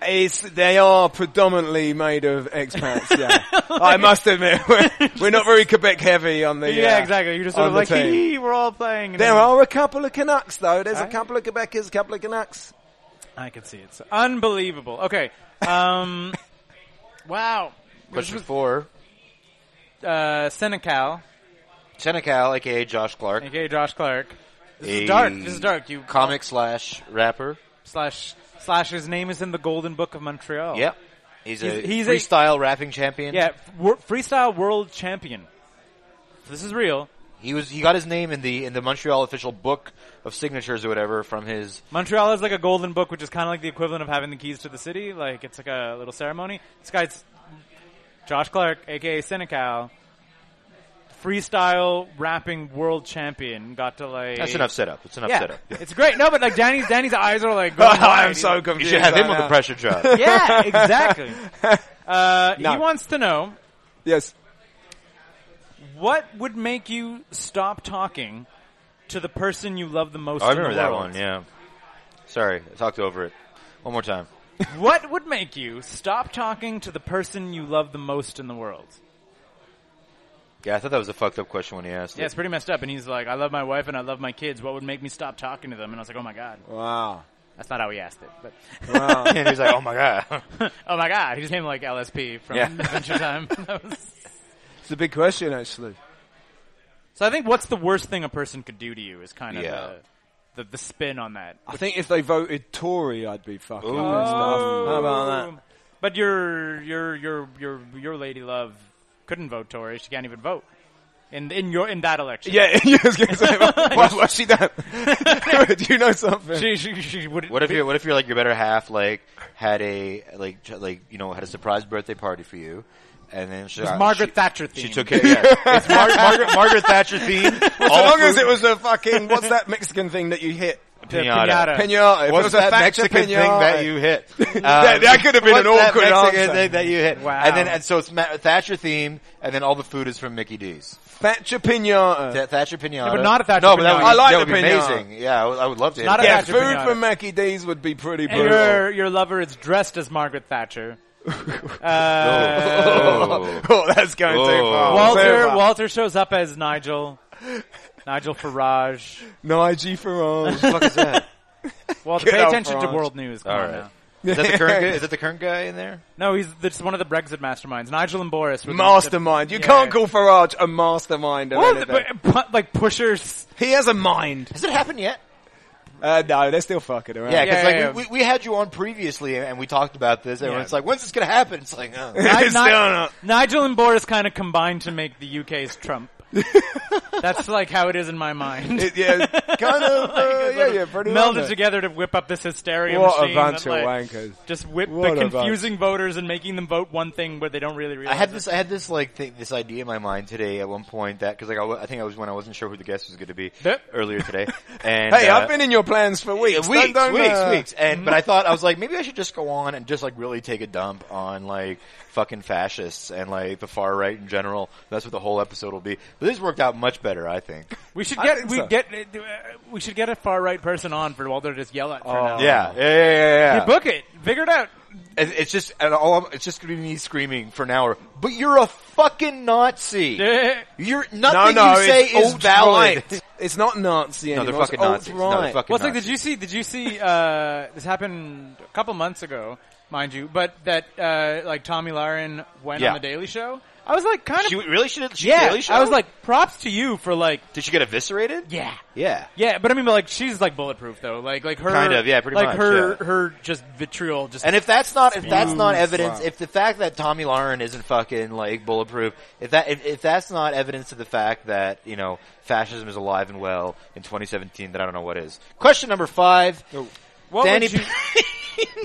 It's, they are predominantly made of expats, yeah. I must admit, we're, we're not very Quebec heavy on the, Yeah, uh, exactly. You're just sort on of the like, team. hee, hee, we're all playing. and There then- are a couple of Canucks though. There's a Right. couple of Quebecers, a couple of Canucks. I could see it. So unbelievable. Okay. Um, wow. Question four: Uh, Senecal, Senecal, aka Josh Clark, aka Josh Clark. This A is dark. This is dark. You oh, comic slash rapper. slash slash. His name is in the Golden Book of Montreal. Yep, Oh. he's, a He's- he's a- freestyle rapping champion. Yeah. f- wor- freestyle world champion. This is real. he was. He got his name in the in the Montreal official book of signatures or whatever from his. Montreal is like a Golden Book, which is kind of like the equivalent of having the keys to the city. Like it's like a little ceremony. This guy's Josh Clark, aka Senecal, freestyle rapping world champion, got to like. That's enough setup. It's enough Yeah, setup. it's great. No, but like Danny's Danny's eyes are like. Going I'm wide. so You confused. should have him right on the now. pressure job. Yeah, exactly. Uh, No. He wants to know Yes. what would make you stop talking to the person you love the most. Oh, I in the remember that world? one. Yeah. Sorry, I talked over it. One more time. What would make you stop talking to the person you love the most in the world? Yeah, I thought that was a fucked up question when he asked. Yeah, it. it's pretty messed up. And he's like, I love my wife and I love my kids. What would make me stop talking to them? And I was like, oh my God. Wow. That's not how he asked it. But Wow. and he's like, "Oh my god." oh my God. He just came like LSP from Yeah. Adventure Time. That was- it's a big question, actually. so I think what's the worst thing a person could do to you is kind of Yeah. the, the, the spin on that. I think if they voted Tory, I'd be fucking Ooh. pissed off. How about that? But your, your, your, your, your lady love couldn't vote Tory. She can't even vote. In, in your, in that election. Yeah, I was going to say, why, why's she done? Do you know something? She, she, she would What if you what if you're like your better half like had a like j- like you know had a surprise birthday party for you, and then she, It's uh, Margaret she, Thatcher theme. she took care. Yeah. It's Mar- Margaret Margaret Thatcher theme. As long as it was a fucking, what's that Mexican thing that you hit? pinata. Pinata. If it What's was a that Thatcher Mexican thing pinata- that you hit? Um, That- that could have been what's an that awkward Mexican answer. thing that you hit. Wow. And then and so it's Ma- Thatcher themed, and then all the food is from Mickey D's. Thatcher pinata. That Thatcher pinata, but not a Thatcher No, but that pinata. would, I like that the would be pinata. amazing. Yeah, I would, I would love to. hit Not a that. yeah, Thatcher food pinata. from Mackie D's would be pretty and brutal. your your lover is dressed as Margaret Thatcher. Uh, Oh. Oh, that's going too Oh. far. Too Walter far. Walter shows up as Nigel. Nigel Farage. Nigel Farage. What the fuck is that? Walter, Get pay out, attention to Farage. world news. Come All on right. now. Is that the current guy? Is that the current guy in there? No, he's that's one of the Brexit masterminds. Nigel and Boris. were the- mastermind. You Yeah. can't call Farage a mastermind. Of Well, anything. the- but- like pushers. he has a mind. Has it happened yet? Uh, no, they're still fucking around. Yeah, Yeah, because like yeah, we, we we had you on previously and we talked about this, and Yeah. it's like, when's this gonna happen? It's like, oh. Ni- Still Ni- not. Nigel and Boris kind of combined to make the UK's Trump. that's like how it is in my mind. It- yeah, kind of. Uh, yeah, yeah, pretty well melded done. together to whip up this hysteria What a machine. bunch that, of like, wankers. Just whip What a the bunch. confusing voters and making them vote one thing where they don't really realize. I had it. this I had this like th- this idea in my mind today at one point that because like I, wa- I think I was when I wasn't sure who the guest was going to be Yep. earlier today. And Hey, uh, I've been in your plans for weeks. weeks, Don't- don't, weeks, uh, weeks. And Mm-hmm. but I thought I was like, maybe I should just go on and just like really take a dump on like fucking fascists and like the far right in general. That's what the whole episode will be. But this worked out much better, I think. We should I get think we so. get uh, we should get a far right person on for Walter to just yell at. For Oh. an hour. Yeah, yeah, yeah, yeah. yeah. Hey, Oh. book it, figure it out. It- It's just and all I'm, it's just gonna be me screaming for an hour. But you're a fucking Nazi. You're No, nothing no, you say it's is valid. alt-right. It's not Nazi No, they're anymore. fucking it's Nazis. No, they're alt-right. fucking oh, Well, it's like, Nazis. did you see? Did you see? Uh, this happened a couple months ago, mind you. But that uh, like Tommy Lauren went Yeah. on the Daily Show. I was like, kind of. She really should. She yeah, really should. I was like, props to you for like. did she get eviscerated? Yeah. Yeah. Yeah, but I mean, but, like she's like bulletproof though. Like, like her Kind of, yeah, pretty like much, her yeah. her just vitriol, just And if that's not if that's not Ooh, evidence, wow. if the fact that Tommy Lauren isn't fucking like bulletproof, if that if, if that's not evidence to the fact that you know fascism is alive and well in 2017, then I don't know what is. Question number five. What Danny would you-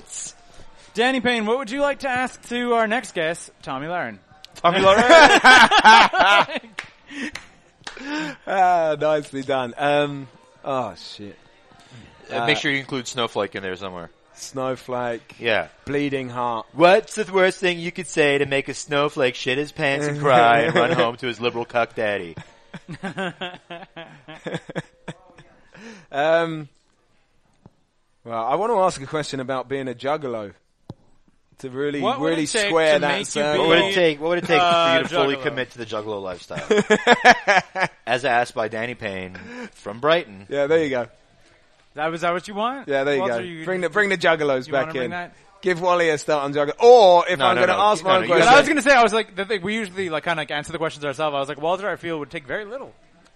Danny Payne, what would you like to ask to our next guest, Tommy Lauren? Tommy Lauren. Ah, nicely done. Um, oh shit. Uh, Make sure you include snowflake in there somewhere. Snowflake, Yeah. bleeding heart. What's the worst thing you could say to make a snowflake shit his pants and cry and run home to his liberal cuck daddy? Um, well, I want to ask a question about being a juggalo. To really, What would really it take square to that make you circle. What would it take? What would it take for Uh, you to fully juggalo. commit to the juggalo lifestyle? As asked by Danny Payne from Brighton. Yeah, there you go. That was that what you want? Yeah, there you Walter, go. bring the bring the juggalos you wanna back bring in. that? Give Wally a start on juggalo. Or if No, I'm no, going to no. ask No, my no, own you But question, I was gonna say, I was like, the thing, we usually like kind of like answer the questions ourselves. I was like, Walter, I feel would take very little.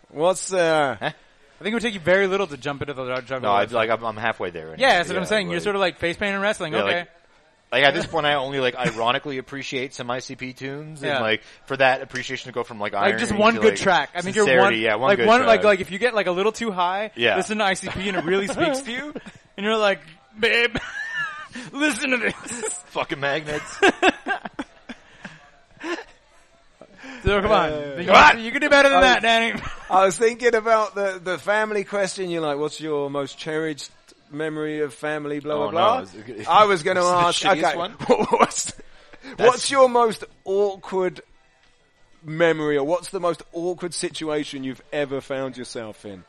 what's uh, I think it would take you very little to jump into the jungle. No, I'd, like I'm, I'm halfway there. Right yeah, that's what I'm saying. You're sort of like face paint and wrestling. Yeah, okay, like- like at this point, I only like ironically appreciate some ICP tunes, Yeah. and like for that appreciation to go from like iron like just to, one good like, track. I think you're one, sincerity. yeah, one like good one, track. like like if you get like a little too high, Yeah. listen to ICP and it really speaks to you, and you're like, babe, listen to this. fucking magnets. So come on. you, can, you can do better than that, Danny. I was thinking about the, the family question. You're like, what's your most cherished memory of family? Blah blah Oh, blah. no, it's- I was going to it's ask. the shittiest Okay, one? what's what's your most awkward memory, or what's the most awkward situation you've ever found yourself in?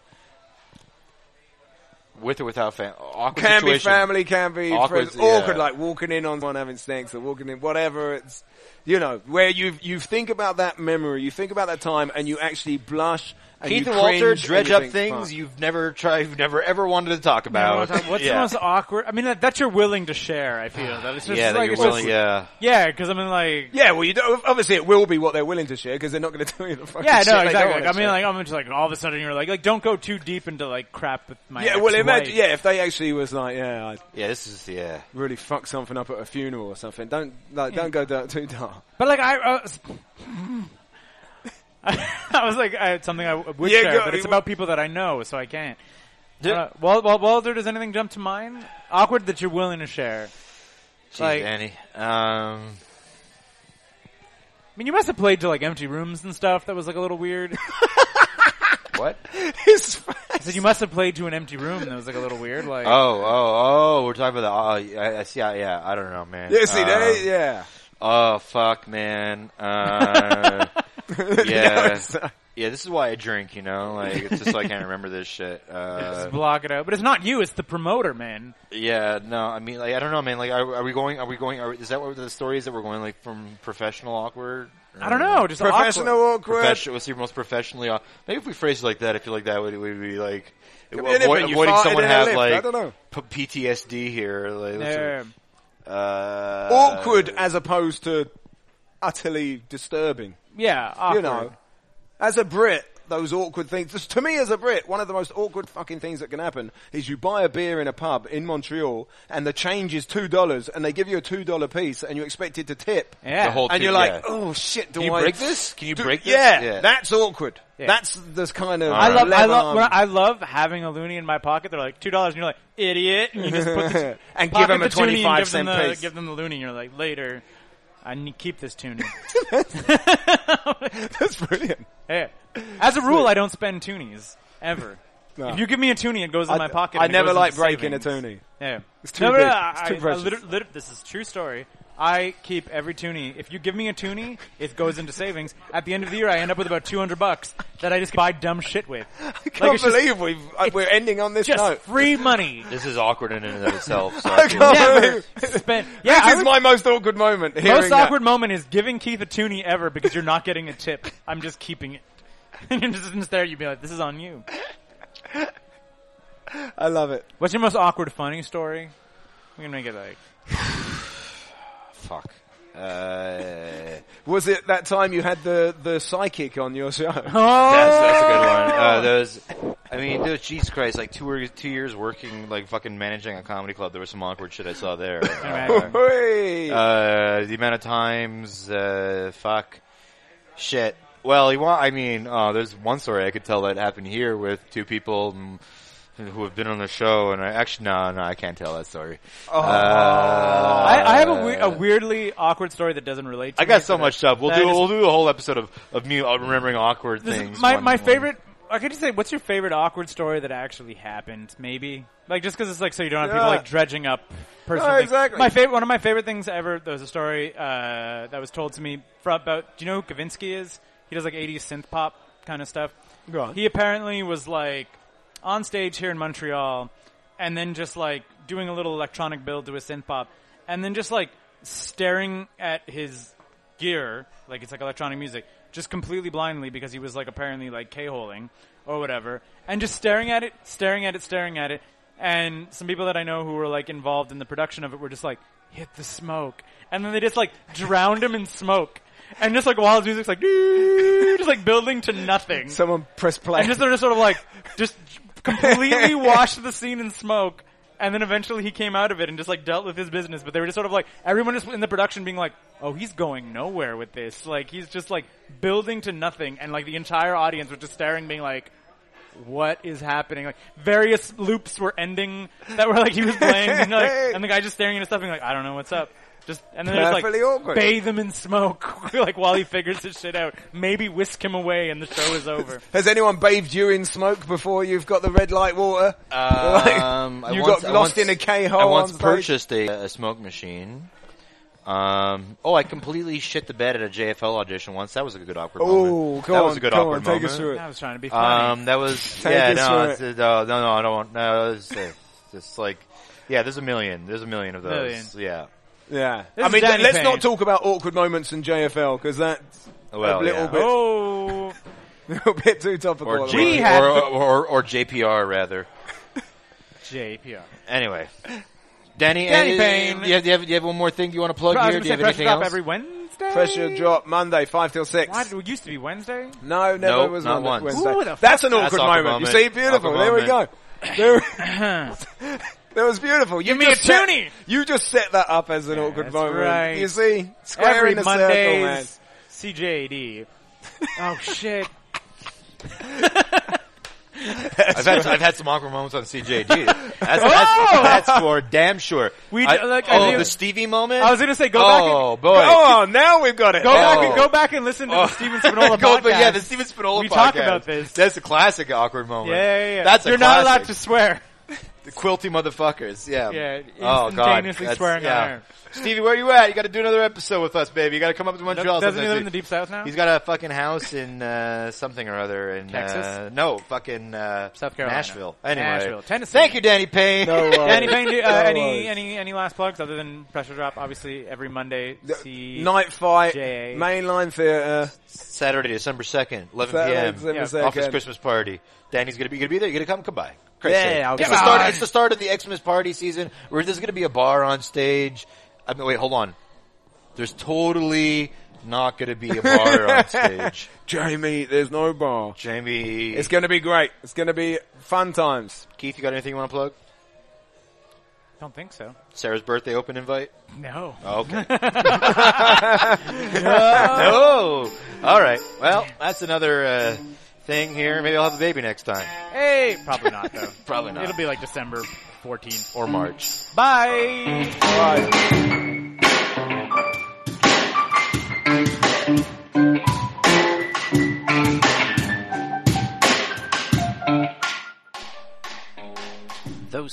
with or without family. Awkward Can be situation. family, can be Awkward, friends. Awkward, yeah. like walking in on someone having sex or walking in, whatever. It's, you know, where you you think about that memory, you think about that time, and you actually blush. And Keith you and Walter cringe dredge and you up think, things "Fuck." you've never tried, you've never ever wanted to talk I about. don't wanna talk- What's the yeah. most awkward? I mean, that, that you're willing to share. I feel that it's just yeah, that like you're uh, it's just- willing, yeah. yeah, because I mean, like Yeah, well, you don't, obviously it will be what they're willing to share because they're not going to tell you the fucking yeah, shit no, they don't exactly. wanna Like, I mean, share. like I'm just like all of a sudden you're like like don't go too deep into like crap with my yeah, well, ex-wife. imagine, yeah, if they actually was like, yeah, I Yeah, this is yeah. really fucked something up at a funeral or something. Don't like, don't go da- too dark. But like I, uh, s- I was like I, something I w- would Yeah, share, go- but it's you- about people that I know, so I can't. Did- Uh, well, well, Walter, does anything jump to mind? Awkward that you're willing to share. Jeez, Like- Danny. Um, I mean, you must have played to like empty rooms and stuff. That was like a little weird. what? Ah. I said you must have played to an empty room. That was like a little weird. Like Oh, oh, oh! We're talking about the. Oh, I, I see. I, yeah, I don't know, man. Yeah, see, Uh, they, yeah, Oh fuck, man. Uh, yeah, yeah. This is why I drink. You know, like it's just so I can't remember this shit. Uh, just block it out. But it's not you. It's the promoter, man. yeah, no. I mean, like I don't know, man. Like, are, are we going? Are we going? Are, is that what the story is? That we're going like from professional awkward? Or- I don't know. Just professional Awkward. awkward. Professional. What's your most professionally? aw- Maybe if we phrase it like that, I feel like that would, would be like Could be avoid- anything. You avoiding farted someone in a have lift. like I don't know. p- PTSD here. Like, let's see. Yeah. Uh, awkward as opposed to utterly disturbing. Yeah, awkward. You know, as a Brit, those awkward things. Just to me, as a Brit, one of the most awkward fucking things that can happen is you buy a beer in a pub in Montreal, and the change is two dollars, and they give you a two dollar piece, and you're expected to tip. Yeah. The whole And two- you're like, yeah. oh shit, do Can you I break this? Can you do- break this? Yeah, Yeah. that's awkward. Yeah. That's this kind of. I love, I level love, I'm- when I I love having a loony in my pocket. They're like two dollars, and you're like idiot, and you just put the And pocket give 'em a the toonie and 25 give them cent the- piece. Give them the loony, and you're like later. I need keep this toonie. that's brilliant. hey, as a rule, I don't spend toonies ever. No. If you give me a toonie, it goes in I- my pocket. I and it never goes into like breaking a savings. toonie. Yeah, It's too no, no, big. no, It's too I, I precious. liter- lit- this is true story. I keep every toonie. If you give me a toonie, it goes into savings. At the end of the year, I end up with about two hundred bucks that I just buy dumb shit with. I can't it's just- believe we've uh, we're ending on this Just note. free money. This is awkward in and of itself. So I I feel- can't Never believe- spent. Yeah, I This is would- my most awkward moment. hearing most that. awkward moment is giving Keith a toonie ever because you're not getting a tip. I'm just keeping it. And you're just just there. You'd be like, "This is on you." I love it. What's your most awkward funny story? We can make it like fuck. Uh, Was it that time you had the, the psychic on your show? Oh. That's, that's a good one. Uh, those, I mean, those, Jesus Christ, like two, or, two years working, like fucking managing a comedy club, there was some awkward shit I saw there. Uh, Hey. uh, the amount of times, uh, fuck, shit. Well, you want, I mean, uh, there's one story I could tell that happened here with two people mm, who have been on the show, and I actually, no, no, I can't tell that story. Uh, Oh. I, I have a, we- a weirdly awkward story that doesn't relate. to I got me, so but much stuff. We'll that I do, just- we'll do a whole episode of, of me uh, remembering awkward This is things. my one- my one- favorite. I could just say, what's your favorite awkward story that actually happened? Maybe like just because it's like so you don't have people Yeah. like dredging up personal. No, things. exactly. My favorite, one of my favorite things ever. There was a story uh, that was told to me from about. Do you know who Kavinsky is? He does like '80s synth pop kind of stuff. Go on. He apparently was like on stage here in Montreal, and then just like doing a little electronic build to a synth pop, and then just like staring at his gear, like it's like electronic music, just completely blindly because he was like apparently like k-holing or whatever, and just staring at it, staring at it, staring at it, and some people that I know who were like involved in the production of it were just like hit the smoke, and then they just like drowned him in smoke, and just like while his music's like just like building to nothing, Someone press play. and just they're just sort of like just completely washed the scene in smoke. And then eventually he came out of it and just like dealt with his business. But they were just sort of like everyone just in the production being like, "Oh, he's going nowhere with this. Like he's just like building to nothing." And like the entire audience was just staring, being like, what is happening? Like various loops were ending that were like he was playing, and, like, and the guy just staring at his stuff, being like, I don't know what's up. Just and then there's like Perfectly awkward. bathe him in smoke, like while he figures his shit out. Maybe whisk him away, and the show is over. Has anyone bathed you in smoke before you've got the red light water? Um, I you once- got I lost once- in a K-hole I once on stage? purchased a, a smoke machine. Um, oh, I completely shit the bed at a JFL audition once. That was a good awkward Oh, moment. go that on, was a good go awkward on, moment. Take us through it. I was trying to be funny. Um, that was Take yeah, us no, through it's, uh, no, no, no, I don't want. No, it's uh, just like yeah, there's a million. There's a million of those. Yeah. Yeah, This I is mean, Danny let's Payne. not talk about awkward moments in JFL because that's Well, a little yeah. bit, oh, little bit too topical. Or, at the J- G- moment. had or, the- or, or, or JPR rather. JPR. Anyway, Danny, Danny uh, Payne. You have, you, have, you have one more thing you want to plug I was here? gonna Do say you have pressure anything drop else? every Wednesday. Pressure drop Monday five till six. Why it used to be Wednesday? No, never Nope, was not on once. Wednesday. Ooh, the fuck- That's an That's awkward awkward moment. moment. You see, beautiful. Awkward there moment. we go. There, that was beautiful. You Give me just a set- toonie. you just set that up as an awkward that's moment. right. You see, square Every in the circle, man. Mondays, E CJD. Oh shit. I've had, I've had some awkward moments on CJD. That's, that's, that's for damn sure. Oh! We- I- like, I oh, knew- the Stevie moment? I was gonna say go back and oh, boy. Oh. Oh, now we've got it. Go Oh. back and go back and listen to the Steven Spinola Go- podcast. but yeah, the Steven Spinola We podcast. talk about this. That's a classic awkward yeah, moment. yeah, yeah. That's a You're not allowed to classic. swear. The quilty motherfuckers. Yeah. Yeah, oh, God. instantaneously That's- swearing yeah. on air. Stevie, where you at? You got to do another episode with us, baby. You got to come up to Montreal. Doesn't he sometime live in the soon. deep south now? He's got a fucking house in uh, something or other in Uh, Texas? no, fucking uh, South Carolina, Nashville. Anyway, Nashville, Tennessee. Thank you, Danny Payne. No worries. Danny Payne, do- uh, No any worries. any any last plugs other than pressure drop? Obviously, every Monday. C- Night fight, J. mainline theatre. Saturday, December second, eleven Saturday, p.m. December Yeah. Office 2nd. Christmas party. Danny's gonna be you gonna be there. You gonna come? Come by. Christ Yeah, sake. I'll it's come the by. start. It's the start of the Xmas party season. Where there's gonna be a bar on stage. I mean, wait, hold on. There's totally not gonna be a bar on stage. Jamie, there's no bar. Jamie, It's going to be great. It's going to be fun times. Keith, you got anything you want to plug? Don't think so. Sarah's birthday open invite. No. Oh, okay. no. All right. Well, that's another uh, thing here. Maybe I'll have a baby next time Hey, probably not though. Probably not. It'll be like December 14th. or March. Bye. Bye. Those